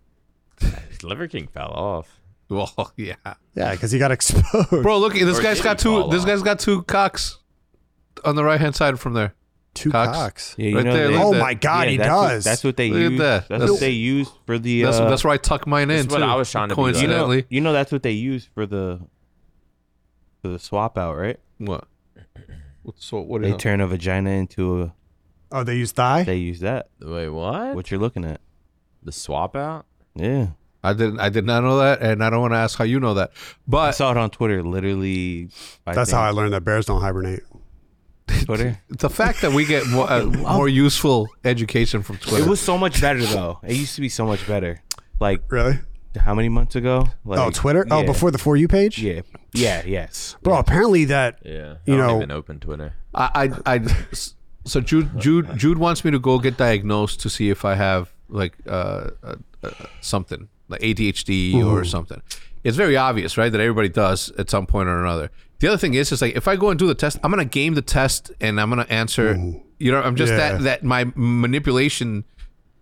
Liver King fell off.
Well, Oh, yeah,
Yeah, because he got exposed.
bro. Look, this
Or
guy's
did
got
he fall
two. This
off?
guy's got two cocks on the right hand side from there.
Two
Cox.
cocks.
Yeah, you
Right
know
there,
they-
look at
Oh
that.
my god,
yeah,
he
that's
does.
What, that's what they
Look at
use.
that.
That's,
That's-
what they use for the.
That's
uh,
that's where I tuck mine in
that's what
too.
I was trying to be like.
you know,
Coincidentally,
you know that's what they use for the for the swap out, right?
what? What- So what?
They
Is
turn a vagina into a.
oh, they use thigh.
They use that.
Wait, what?
What you're looking at?
The swap out?
Yeah,
I didn't. I did not know that, and I don't want to ask how you know that.
I
But
saw it on Twitter. Literally, I
That's
think.
how I learned that bears don't hibernate.
Twitter.
the fact that we get more, uh, more useful education from Twitter.
It was so much better though. It used to be so much better. Like
Really?
how many months ago? Like,
oh, Twitter. Oh,
yeah,
before the for you page.
Yeah. Yeah. Yes.
Bro, apparently that
Yeah.
You
I don't
know-
even open Twitter.
I, I, I so Jude, Jude, Jude wants me to go get diagnosed to see if I have like uh, uh, uh, something like ADHD or something. It's very obvious, right, that everybody does at some point or another. The other thing is, is like if I go and do the test, I'm gonna game the test and I'm gonna answer. You know, I'm just
Yeah.
that that my manipulation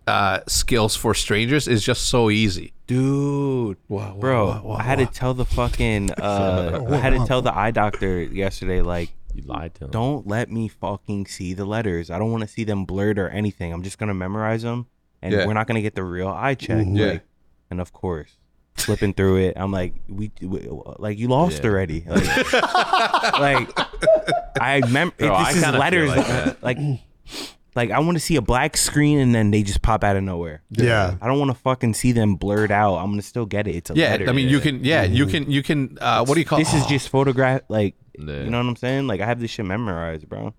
uh, skills for strangers is just so easy.
Dude, bro, I had to tell the fucking, uh, I had to tell the eye doctor yesterday, like,
You lied to him.
don't let me fucking see the letters. I don't want to see them blurred or anything. I'm just gonna memorize them, and
Yeah.
we're not gonna get the real eye check.
Yeah.
like- and of course, flipping through it, I'm like, we, we- like you lost already. Like, like, I remember
Bro, I
this is
kinda feel
letters.
like
Like,
that.
like, I want to see a black screen, and then they just pop out of nowhere.
Yeah.
I don't want to fucking see them blurred out. I'm gonna still get it. It's a
Yeah,
letter.
I mean, you can. Yeah, you can. You can. Uh, what do you call?
This is just photograph. Like,
Yeah.
you know what I'm saying? Like, I have this shit memorized, bro.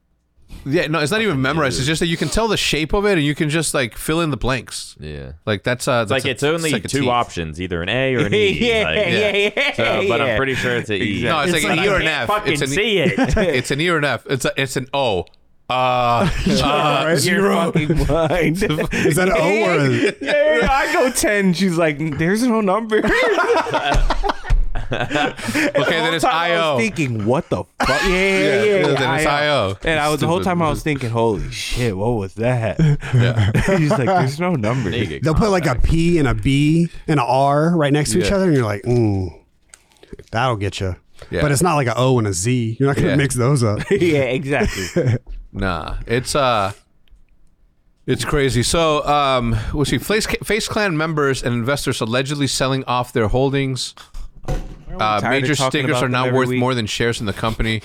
Yeah, no, it's not even memorized. It's just that you can tell the shape of it, and you can just like fill in the blanks.
Yeah.
Like that's uh,
It's like it's only two options, either an A or an E. like,
yeah.
So, but
yeah.
I'm pretty sure it's an E.
No, it's,
It's
like,
like
an E
I
or an
can't
F.
fucking
it's an,
see it.
It's an E or an F. It's a, it's an O. Uh, uh,
right?
Zero.
Is that an O or a-
yeah, yeah, I go ten. She's like, there's no number. okay,
okay, then it's I
I was
O.
thinking, what the fuck? Yeah, yeah, yeah. yeah,
then it's IO.
And I was the whole time I was thinking, holy shit, what was that? She's like, there's no number.
Nigga,
They'll put like a P and a B and a R right next to each
Yeah.
other, and you're like, mm, that'll get you.
Yeah.
But it's not like an O and a Z. You're not gonna
Yeah.
mix those up.
yeah, exactly.
Nah, it's uh, it's crazy. So um, we'll see. Face, Face Clan members and investors allegedly selling off their holdings. Uh,
tired of
major
talking
stickers
about
are
them
now
every
worth
week.
more than shares in the company.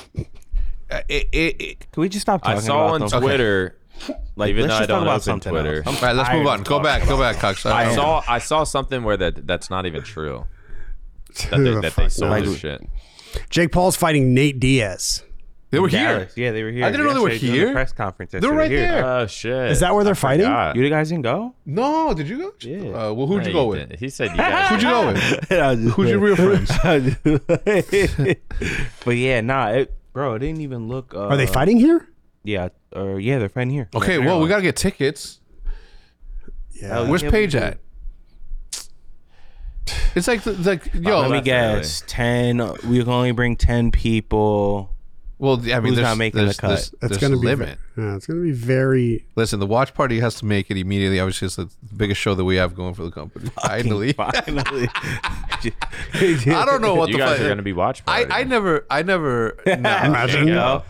uh, it, it, it,
Can we just stop
I
talking
saw
about
on
them?
Twitter,
Like,
even
let's
though
just
I
talk
don't
about
open
something
Twitter.
else. I'm
all right, let's move
tired
on.
of
Go
talking
back. Go
about
back, Cox. Uh,
I saw I saw something where that that's not even true. That they, that they sold
Like-
this shit.
Jake Paul's fighting Nate Diaz.
They were here.
Dallas. Yeah, they were here.
I didn't know they were
Yesterday during the
here.
press conference.
They're
yesterday.
right
Here.
there.
Oh shit!
Is that where they're
I
fighting?
forgot.
You guys didn't go?
No, did you go?
Yeah.
Uh, well, who'd
No,
you go
you
with?
didn't. He said you guys.
Who'd you go with?
Who's
your real friends?
but yeah, nah, it, bro, it didn't even look. Uh,
Are they fighting here?
Yeah, or yeah, they're fighting here.
Okay, well, we gotta get tickets.
Yeah.
Where's
Yeah, we
Paige
do.
at? It's like, it's like, yo.
Let me
that's
guess. Ten. We can only bring ten people.
well, I mean,
Who's
there's,
not making the
there's,
cut?
There's,
It's
there's
gonna
a
be
limit.
ve- yeah, it's gonna be very
Listen, the watch party has to make it immediately. Obviously, it's the biggest show that we have going for the company. Finally,
Finally.
I don't know what
You
the
guys
fuck-
are gonna be watch
I,
party.
I never, I never. Nah.
imagine.
Yo,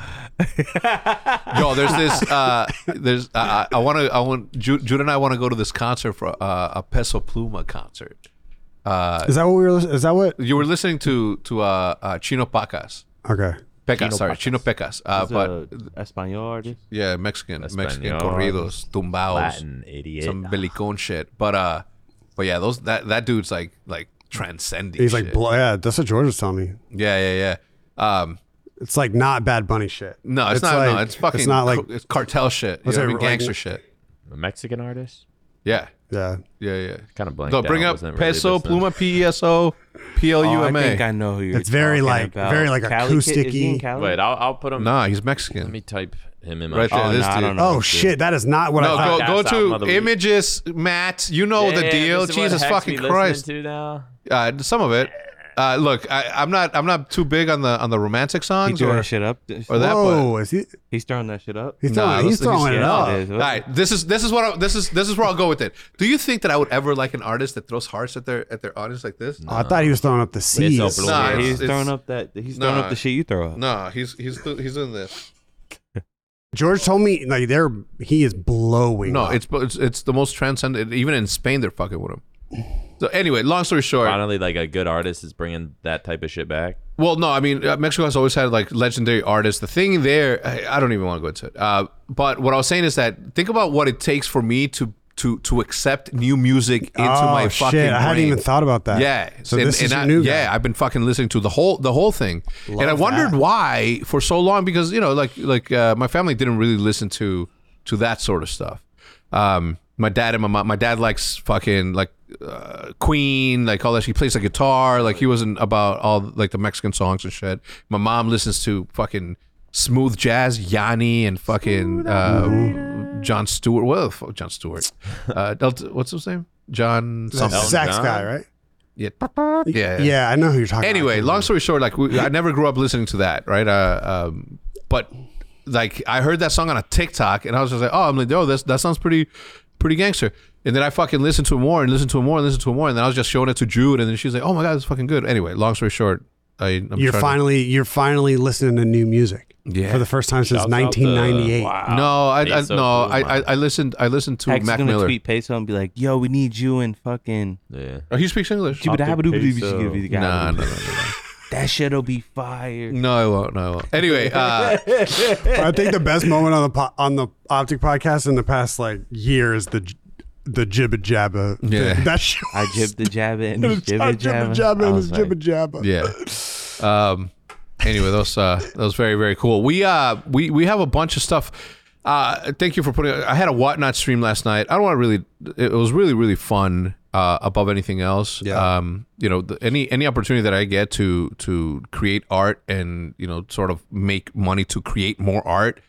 Yo, there's this. Uh, there's. Uh, I want to. I want Jude, Jude and I want to go to this concert for uh, a Peso Pluma concert.
Is that what we were is that what
You were listening to to uh, uh, Chino Pacas.
Okay.
Pecas, sorry, Chino Pecas. Uh, but
Espanol artist.
yeah, Mexican, Mexican
Espanol.
corridos, tumbaos,
Latin idiot.
some belicon shit. But uh, but yeah, those that that dude's like like transcending.
He's like
shit.
bl- yeah, that's what George was telling me.
yeah, yeah, yeah. Um,
It's like not bad bunny shit.
no, it's, not. no,
like-
it's fucking.
it's not like
it's cartel shit. You
What's
know what I
it,
mean?
like-
gangster shit.
a Mexican artist.
Yeah,
yeah.
yeah, yeah.
Kind of blank.
No, bring up Peso Pluma, P E S O P L U
Oh, I
M
think I
A.
know who you're.
It's very,
talking
like-
about.
very, like,
Cali kid- is he in
acoustic-y.
Cali?
Wait, I'll I'll put him.
Nah, he's
Let
Mexican.
me type him in my.
Right there.
Oh,
this
nah, I
dude.
don't know.
Oh shit, that is not what I thought.
No,
That's
go,
our
go
mother
to
week.
images, Matt. You know Oh, the
Damn,
deal.
this is what
Jesus
Hex
fucking
be listening
Christ.
To now?
Uh, some of it. Uh, look, I, I'm not. I'm not too big on the on the romantic
He
songs.
throwing
Or,
that shit up.
or that,
Whoa, is he
He's throwing that shit up.
he's
Nah,
throwing, he's
let's- he's-
throwing it
yeah,
up.
it is.
All right, this is this is what I, this is this is where I'll go with it. Do you think that I would ever like an artist that throws hearts at their at their audience like this?
Oh, I thought he was throwing up the C's.
It's all blue.
Nah,
Yeah,
it's-
He's
it's-
throwing up that. He's throwing
Nah.
up the shit you throw up.
No, he's he's do- he's doing this.
George told me like they're he is blowing.
No,
up.
it's it's it's the most transcendent. Even in Spain, they're fucking with him. So anyway, long story short,
Finally, like a good artist is bringing that type of shit back.
Well, no, I mean uh, Mexico has always had like legendary artists. The thing there, I, I don't even want to go into it. Uh, but what I was saying is that think about what it takes for me to to to accept new music into
oh,
my
shit,
fucking.
I hadn't
brain.
even thought about that.
Yeah,
So
and-
this
and
is your
I,
new guy.
yeah. I've been fucking listening to the whole the whole thing, and I wondered why for so long because you know like like uh, my family didn't really listen to to that sort of stuff. Um, my dad and my mom. My dad likes fucking like uh, Queen, like all that. He plays the guitar. Like he wasn't about all like the Mexican songs and shit. My mom listens to fucking smooth jazz, Yanni and fucking uh, John Stewart. What the fuck, John Stewart? Uh, Delta, what's his name? John
That's
something.
the sax
John?
guy, right?
Yeah. Yeah.
I know who you're talking.
Anyway,
about.
long story short, like we, I never grew up listening to that, right? Uh, um, but like I heard that song on a TikTok, and I was just like, oh, I'm like, oh, this that sounds pretty, pretty gangster. And then I fucking listened to it more and listened to it more and listened to it more, and then I was just showing it to Jude, and then she's like, oh my god, it's fucking good. Anyway, long story short, I, I'm trying
you're
to-
finally you're finally listening to new music.
Yeah.
For the first time since
Shouts out to- uh,
1998.
no, I, I
Peso
no, I,
Pluma.
I I listened I listened to
Hex is
Mac
gonna
Miller.
tweet Peso and be like, "Yo, we need you and fucking."
Yeah.
Oh, he speaks English. Oh,
Nah,
Peso.
Nah, no, no, no,
That shit'll be fire.
no, I won't. No, I won't. Anyway, uh,
I think the best moment on the po- on the Optic podcast in the past like year is the j- the jibba jabba. thing.
Yeah.
that shit.
I jib the jab and
was-
jibba
I jibba
jabba.
jabba
I
and
was
it's
like,
jibba jabba.
Yeah. Um. Anyway, those uh, that was very very cool. We uh, we we have a bunch of stuff. Uh, thank you for putting. I had a whatnot stream last night. I don't want to really. It was really really fun. Uh, above anything else.
Yeah.
Um. You know, the, any any opportunity that I get to to create art and you know sort of make money to create more art,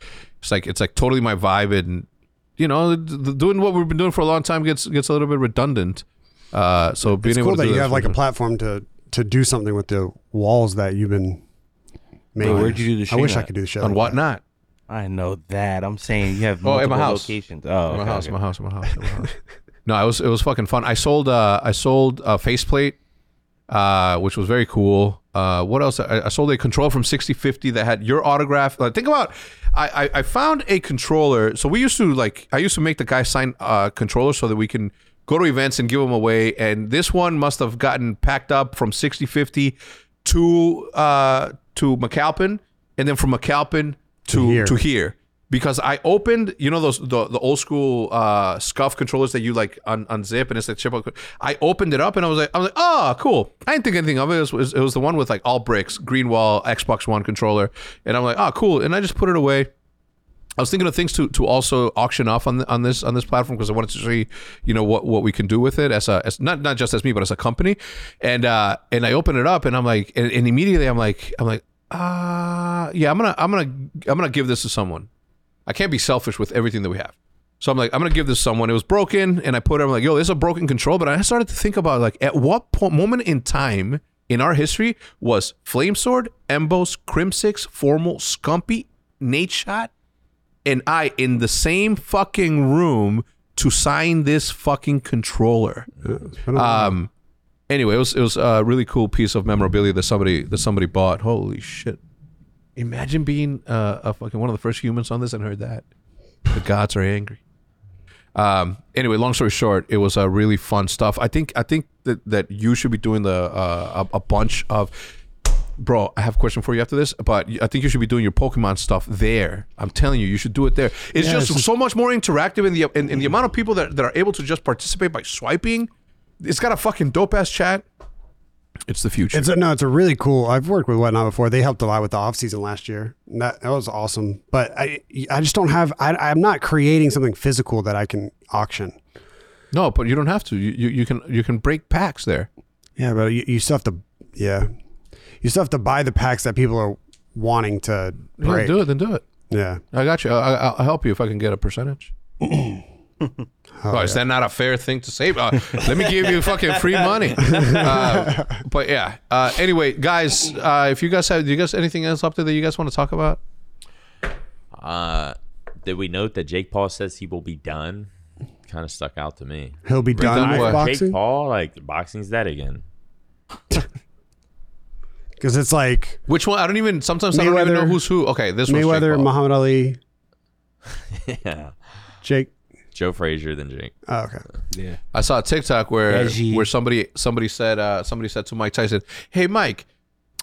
it's like it's like totally my vibe and. You know, th- th- doing what we've been doing for a long time gets gets a little bit redundant. Uh, so being
It's
able
cool
to
that
do
you
this
have like a
was-
platform to to do something with the walls that you've been making.
where'd you do the
I
stream
wish I
at?
could do the show.
on whatnot.
I know that. I'm saying you have
Oh, at my
multiple
house.
locations. Oh,
my
okay,
house,
okay.
my house, my house, my house. No, it was it was fucking fun. I sold uh I sold a faceplate, uh, which was very cool. Uh, what else? I, I sold a controller from 6050 that had your autograph. Like, think about, I, I I found a controller. So we used to like I used to make the guy sign uh controllers so that we can go to events and give them away. And this one must have gotten packed up from 6050 to uh to McAlpin and then from McAlpin to
here.
to here because I opened, you know, those the, the old school uh, scuff controllers that you like un- unzip and it's like chip. I opened it up and I was like, I was like, oh, cool. I didn't think anything of it. It was- it was, it was the one with like all bricks, green wall, Xbox One controller, and I'm like, oh, cool. And I just put it away. I was thinking of things to, to also auction off on the, on this on this platform because I wanted to see you know what, what we can do with it as a as not not just as me but as a company, and uh, and I open it up and I'm like and, and immediately I'm like I'm like ah yeah I'm gonna I'm gonna I'm gonna give this to someone, I can't be selfish with everything that we have. So I'm like I'm gonna give this to someone. It was broken and I put it I'm like yo this is a broken control, but I started to think about like at what point moment in time in our history was Flamesword, Embos, Crim Six, Formal, Scumpy, Nate Shot and I in the same fucking room to sign this fucking controller. Um, anyway, it was it was a really cool piece of memorabilia that somebody that somebody bought. Holy shit! Imagine being uh, a fucking one of the first humans on this and heard that. The gods are angry. Um, anyway, long story short, it was uh, really fun stuff. I think I think that, that you should be doing the uh, a, a bunch of, bro. I have a question for you after this, but I think you should be doing your Pokemon stuff there. I'm telling you, you should do it there. It's
Yeah,
just
it's just-
so much more interactive, and the and, and the amount of people that, that are able to just participate by swiping, it's got a fucking dope ass chat. It's the future.
It's a, no, it's a really cool. I've worked with Whatnot before. They helped a lot with the off season last year. And That that was awesome. But I I just don't have. I, I'm not creating something physical that I can auction.
no, but you don't have to. You, you you can you can break packs there.
Yeah, but you, you still have to. Yeah, you still have to buy the packs that people are wanting to
Yeah,
break.
do it, then do it.
Yeah.
I got you. I, I, I'll help you if I can get a percentage. oh, is that not a fair thing to say? Uh, let me give you fucking free money. Uh, but yeah. Uh, anyway, guys, uh, if you guys have, do you guys anything else up there that you guys want to talk about?
Uh, did we note that Jake Paul says he will be done? Kind of stuck out to me.
He'll be done
done
with
what?
Jake
boxing
Paul, like boxing's dead again.
because it's like
Which one? I don't even. Sometimes I don't even
Mayweather-
know who's who. Okay, this one's Jake
Mayweather,
Paul.
Muhammad Ali,
yeah,
Jake.
Joe Frazier than Jake.
Oh, okay.
I saw a TikTok where
Reggie.
where somebody somebody said uh, somebody said to Mike Tyson, "Hey Mike,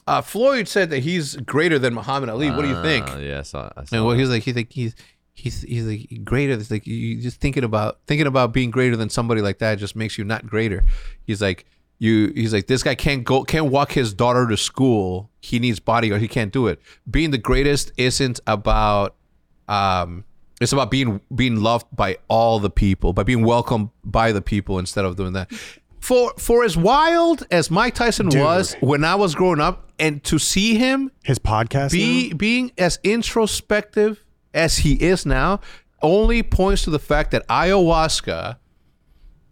uh, Floyd said that he's greater than Muhammad Ali. What do you think?"
Uh, yeah, I saw. I saw
And well,
that.
he's like, he's like, he's he's he's like greater. It's like you- you just thinking about thinking about being greater than somebody like that just makes you not greater. He's like you. He's like this guy can't go can't walk his daughter to school. He needs bodyguard. He can't do it. Being the greatest isn't about um. It's about being being loved by all the people, by being welcomed by the people instead of doing that. For for as wild as Mike Tyson was when I was growing up, and to see him
His podcast.
be, being as introspective as he is now only points to the fact that ayahuasca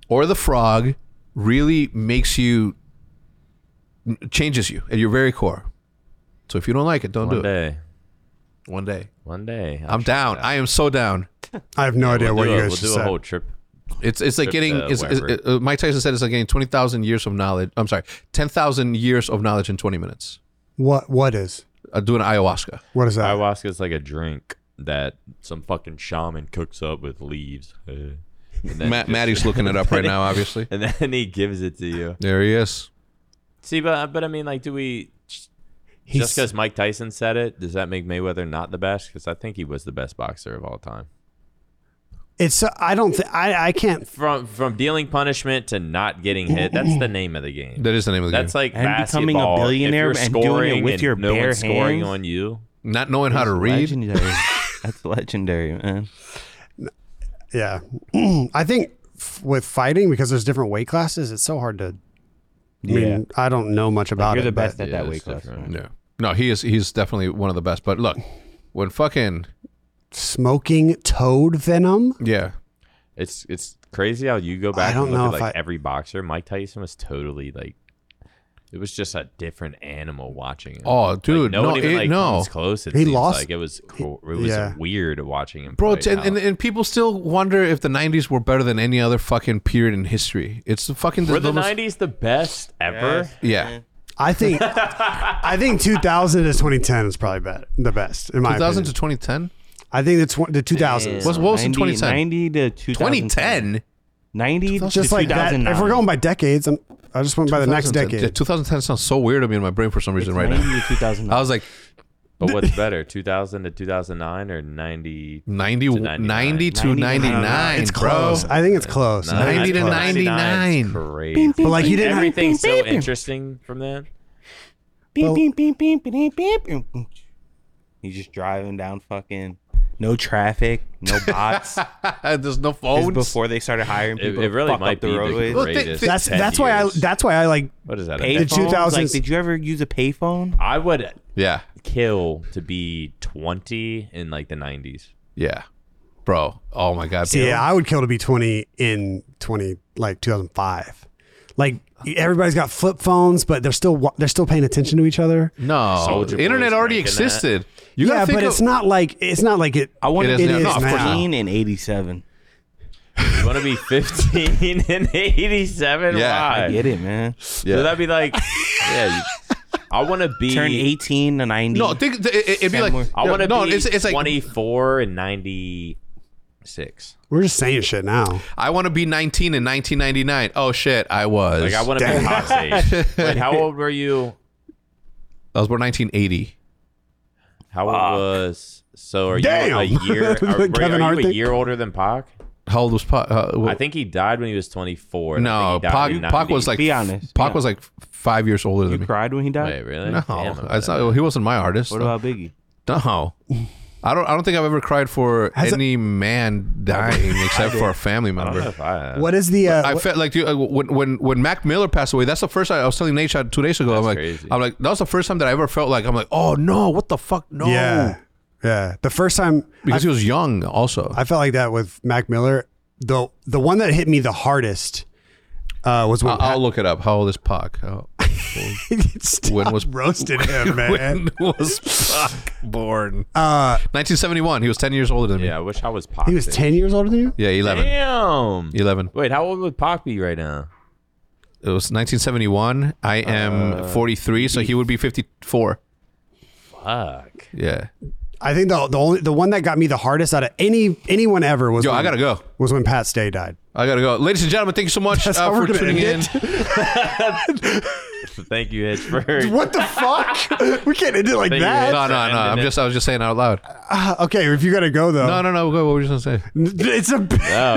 or the frog really makes you changes you at your very core. So if you don't like it, don't
one
do
day,
it. One day.
one day.
I'm down. I am so down.
I have no idea
We'll
what
do
you
a-
guys
we'll
just
do a
said.
whole trip.
It's it's like
Trip
getting
to
it's, it's,
wherever.
uh, Mike Tyson said it's like getting 20,000 years of knowledge. I'm sorry. 10,000 years of knowledge in 20 minutes.
What what is
Uh, doing ayahuasca.
what is that?
Ayahuasca is like a drink that some fucking shaman cooks up with leaves. Uh, and then
Matt, Maddie's looking it up right now obviously.
and then he gives it to you.
There he is.
See, but but I mean, like, do we just because Mike Tyson said it? Does that make Mayweather not the best? Because I think he was the best boxer of all time.
It's uh, I don't think I I can't.
From from dealing punishment to not getting hit, that's the name of the game.
That is the name of the game.
That's like
And becoming a
basketball. If
billionaire
you're
and doing it
scoring
with
and
your
no
bare
one's scoring
hands.
on you.
Not knowing how to read.
Legendary. That's legendary, man.
Yeah, I think f- with fighting because there's different weight classes, it's so hard to. I mean,
Yeah.
I don't know much about
You're
it.
the
but-
best at that
it's
weight class.
different.
man.
No, no, he is he's definitely one of the best. But look, when fucking
Smoking toad venom.
yeah,
It's it's crazy how you go back
don't
and
know
look
if
at like
I-
every boxer. Mike Tyson was totally like it was just a different animal watching him.
Oh, dude,
like, no,
no,
one even
it-
like
no.
comes close. It
He
seems
lost-
Like it was cool. it was
yeah.
weird watching him.
bro,
play
and,
out.
and and people still wonder if the '90s were better than any other fucking period in history. It's the fucking
were the
most-
nineties the best ever?
Yeah,
I think I think 2000 to 2010 is probably bet, the best in my
2000
opinion.
to 2010.
I think the tw- the 2000s.
What's- what was in
90
2010?
90 to 2010.
2010.
90 to
Just like that.
2009.
If we're going by decades, I'm, I just went by the next
2010
decade.
Yeah, 2010 sounds so weird to me in my brain for some reason right
90
now.
to 2009.
I was like,
But what's better, 2000 to 2009 or 90?
90,
To
90,
99.
to 99.
It's
bro.
close. I think it's close. I think
90
it's
to
close.
90.
99 's
99.
Crazy.
But like you didn't.
Everything's so interesting from that.
Well-
Beep, beep, beep, beep, beep, beep, beep. You just driving down fucking no traffic, no bots. This
There's no
is
phones.
before they started hiring
It,
people.
it
to
really
fuck
might
up the
be the
roadways.
Well, thi-
greatest.
thi-
That's
10
that's why I
years.
that's why I like
What is that? a
Payphones?
decade?
The 2000s.
Like, did you ever use a payphone?
I would
yeah.
kill to be 20 in like the 90s.
Yeah. Bro. Oh my God.
See,
bro.
yeah, I would kill to be 20 in 20 like 2005. Like everybody's got flip phones, but they're still wa- they're still paying attention to each other.
No.
Soulja
the internet
Boy's
already
making that.
existed. You
yeah,
gotta think
but
of-
it's not like it's not like it.
I want
It
to be
is
it
now.
is
No, of course
now.
15 and 87.
You want to be 15 and 87?
Yeah,
Why?
I
Get it, man.
Yeah.
So that'd be like, yeah, you, I want to be.
Turn 18 to 90.
No, think th- it, it'd be
Ten
like
more.
I want to
no,
be
it's, it's like
24 and 96.
We're just saying shit now.
I want to be 19 in 1999. Oh shit, I was.
Like, I want to be Pop's age. Wait, how old were you?
I was born 1980.
How old was. So are you a
Damn!
year? Are, were you-
Kevin
are
Hart
you a
thing.
year older than Pac?
How old was Pac? Uh,
I think he died when he was 24. and I
no,
think he died
Pac,
in
Pac
90.
was like
Be honest.
Pac
Yeah.
was like five years older
You
than me.
cried when he died?
Wait, really?
No,
Damn, I'm
that's
bad.
not. He wasn't my artist.
What about Biggie?
no, I don't. I don't think I've ever cried for
Has it- Oh.
any man dying except for a family
I don't know
member.
if I have.
What is the uh,
I
what-
felt like dude, uh, when when when Mac Miller passed away. That's the first. I, I was telling Nate Shah two days ago. I'm
That's
like,
crazy.
I'm like, that was the first time that I ever felt like I'm like, oh no, what the fuck, no.
yeah yeah the first time
because he was young also.
I felt like that with Mac Miller. The the one that hit me the hardest uh, was when
I- I'll look it up. How old is Pac? How,
when
when
was
was-
roasted him man.
when was Pac born?
Uh,
1971. He was 10 years older than me.
Yeah, I wish I was Pac.
he was
then.
ten years older than you.
Yeah, 11.
Damn.
11.
Wait, how old would Pac be right now?
It was 1971. I am
Uh,
43, so he would be 54.
Fuck.
Yeah.
I think the the only the one that got me the hardest out of any anyone ever was
Yo,
when,
I gotta go.
was when Pat Stay died.
I gotta go. Ladies and gentlemen, thank you so much
That's
uh,
how we're
for
gonna
tuning in.
end
Thank you, Hitch, for
What the fuck? we can't end it like
Thank you.
that.
No, no, no.
Ending
I'm
it.
just, I was just saying out loud.
Uh, okay, if you gotta go though.
No, no, no. Go. What were you just gonna say?
It's a no.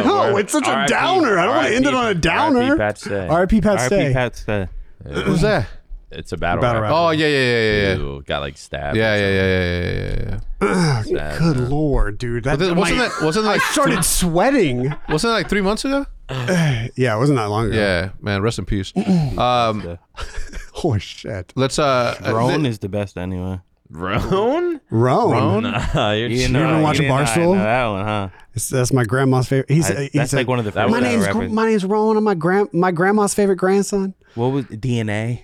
No, we're-
it's such a
RIP,
downer. I don't want to end it on a
RIP,
downer.
Pat Stay.
R.I.P. Pat
RP
Stay.
Pat's the
Who's that?
it's a battle,
Battle
rap.
Oh, yeah, yeah, yeah, yeah, yeah.
Ooh, got like stabbed.
Yeah, yeah, yeah, yeah, yeah, yeah, yeah.
Good lord, dude. That,
Th- Wasn't
my-
that, wasn't that
I
like,
started sweating.
wasn't that like three months ago?
Yeah, it wasn't that long ago.
Yeah, man. Rest in peace. Um,
Holy shit.
let's uh, uh,
Roan is the best anyway.
Roan?
Rome.
Nah, you're
You
chill.
know,
ever watch
you didn't- I
Barstool?
know That one, huh?
It's- that's my grandma's favorite. He's,
I-
he's
that's like
a-
one of the
that
my
was-
name's
rappers.
my name's Rowan. I'm my grand my grandma's favorite grandson.
What was DNA?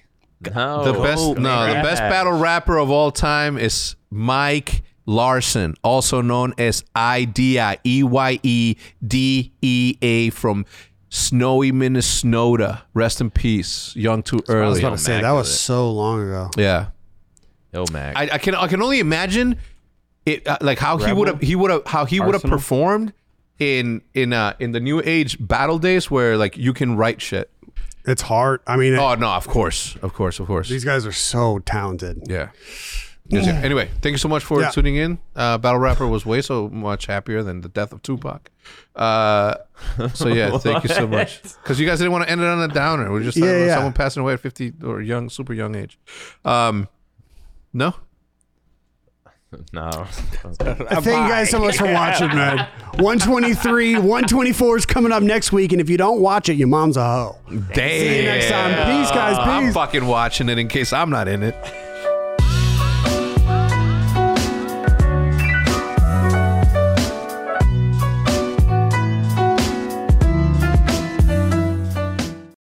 No.
The best
oh,
no, the
man.
best battle rapper of all time is Mike Larson, also known as IDEA, E Y E D E A from snowy Minnesota. Rest in peace, young too
I was
early.
about to say that was so long ago.
Yeah,
Yo, Mac.
I, I can I can only imagine it uh, like how he would have he would have how he would have
Arsenal?
performed in in uh in the new age battle days where like you can write shit.
It's hard. I mean,
Oh no, of course, of course, of course.
these guys are so talented.
Yeah. Yes, yeah. Anyway, thank you so much for
Yeah.
tuning in. Uh, Battle Rapper was way so much happier than the death of Tupac. Uh, so yeah, thank you so much. Because you guys didn't want to end it on a downer. We just talking
Yeah,
about
yeah.
someone passing away at fifty or young, super young age. Um, no,
no.
Thank you guys so much for watching, man. 123, 124 is coming up next week, and if you don't watch it, your mom's a hoe.
damn.
next time. Peace, guys.
I'm
Peace.
fucking watching it in case I'm not in it.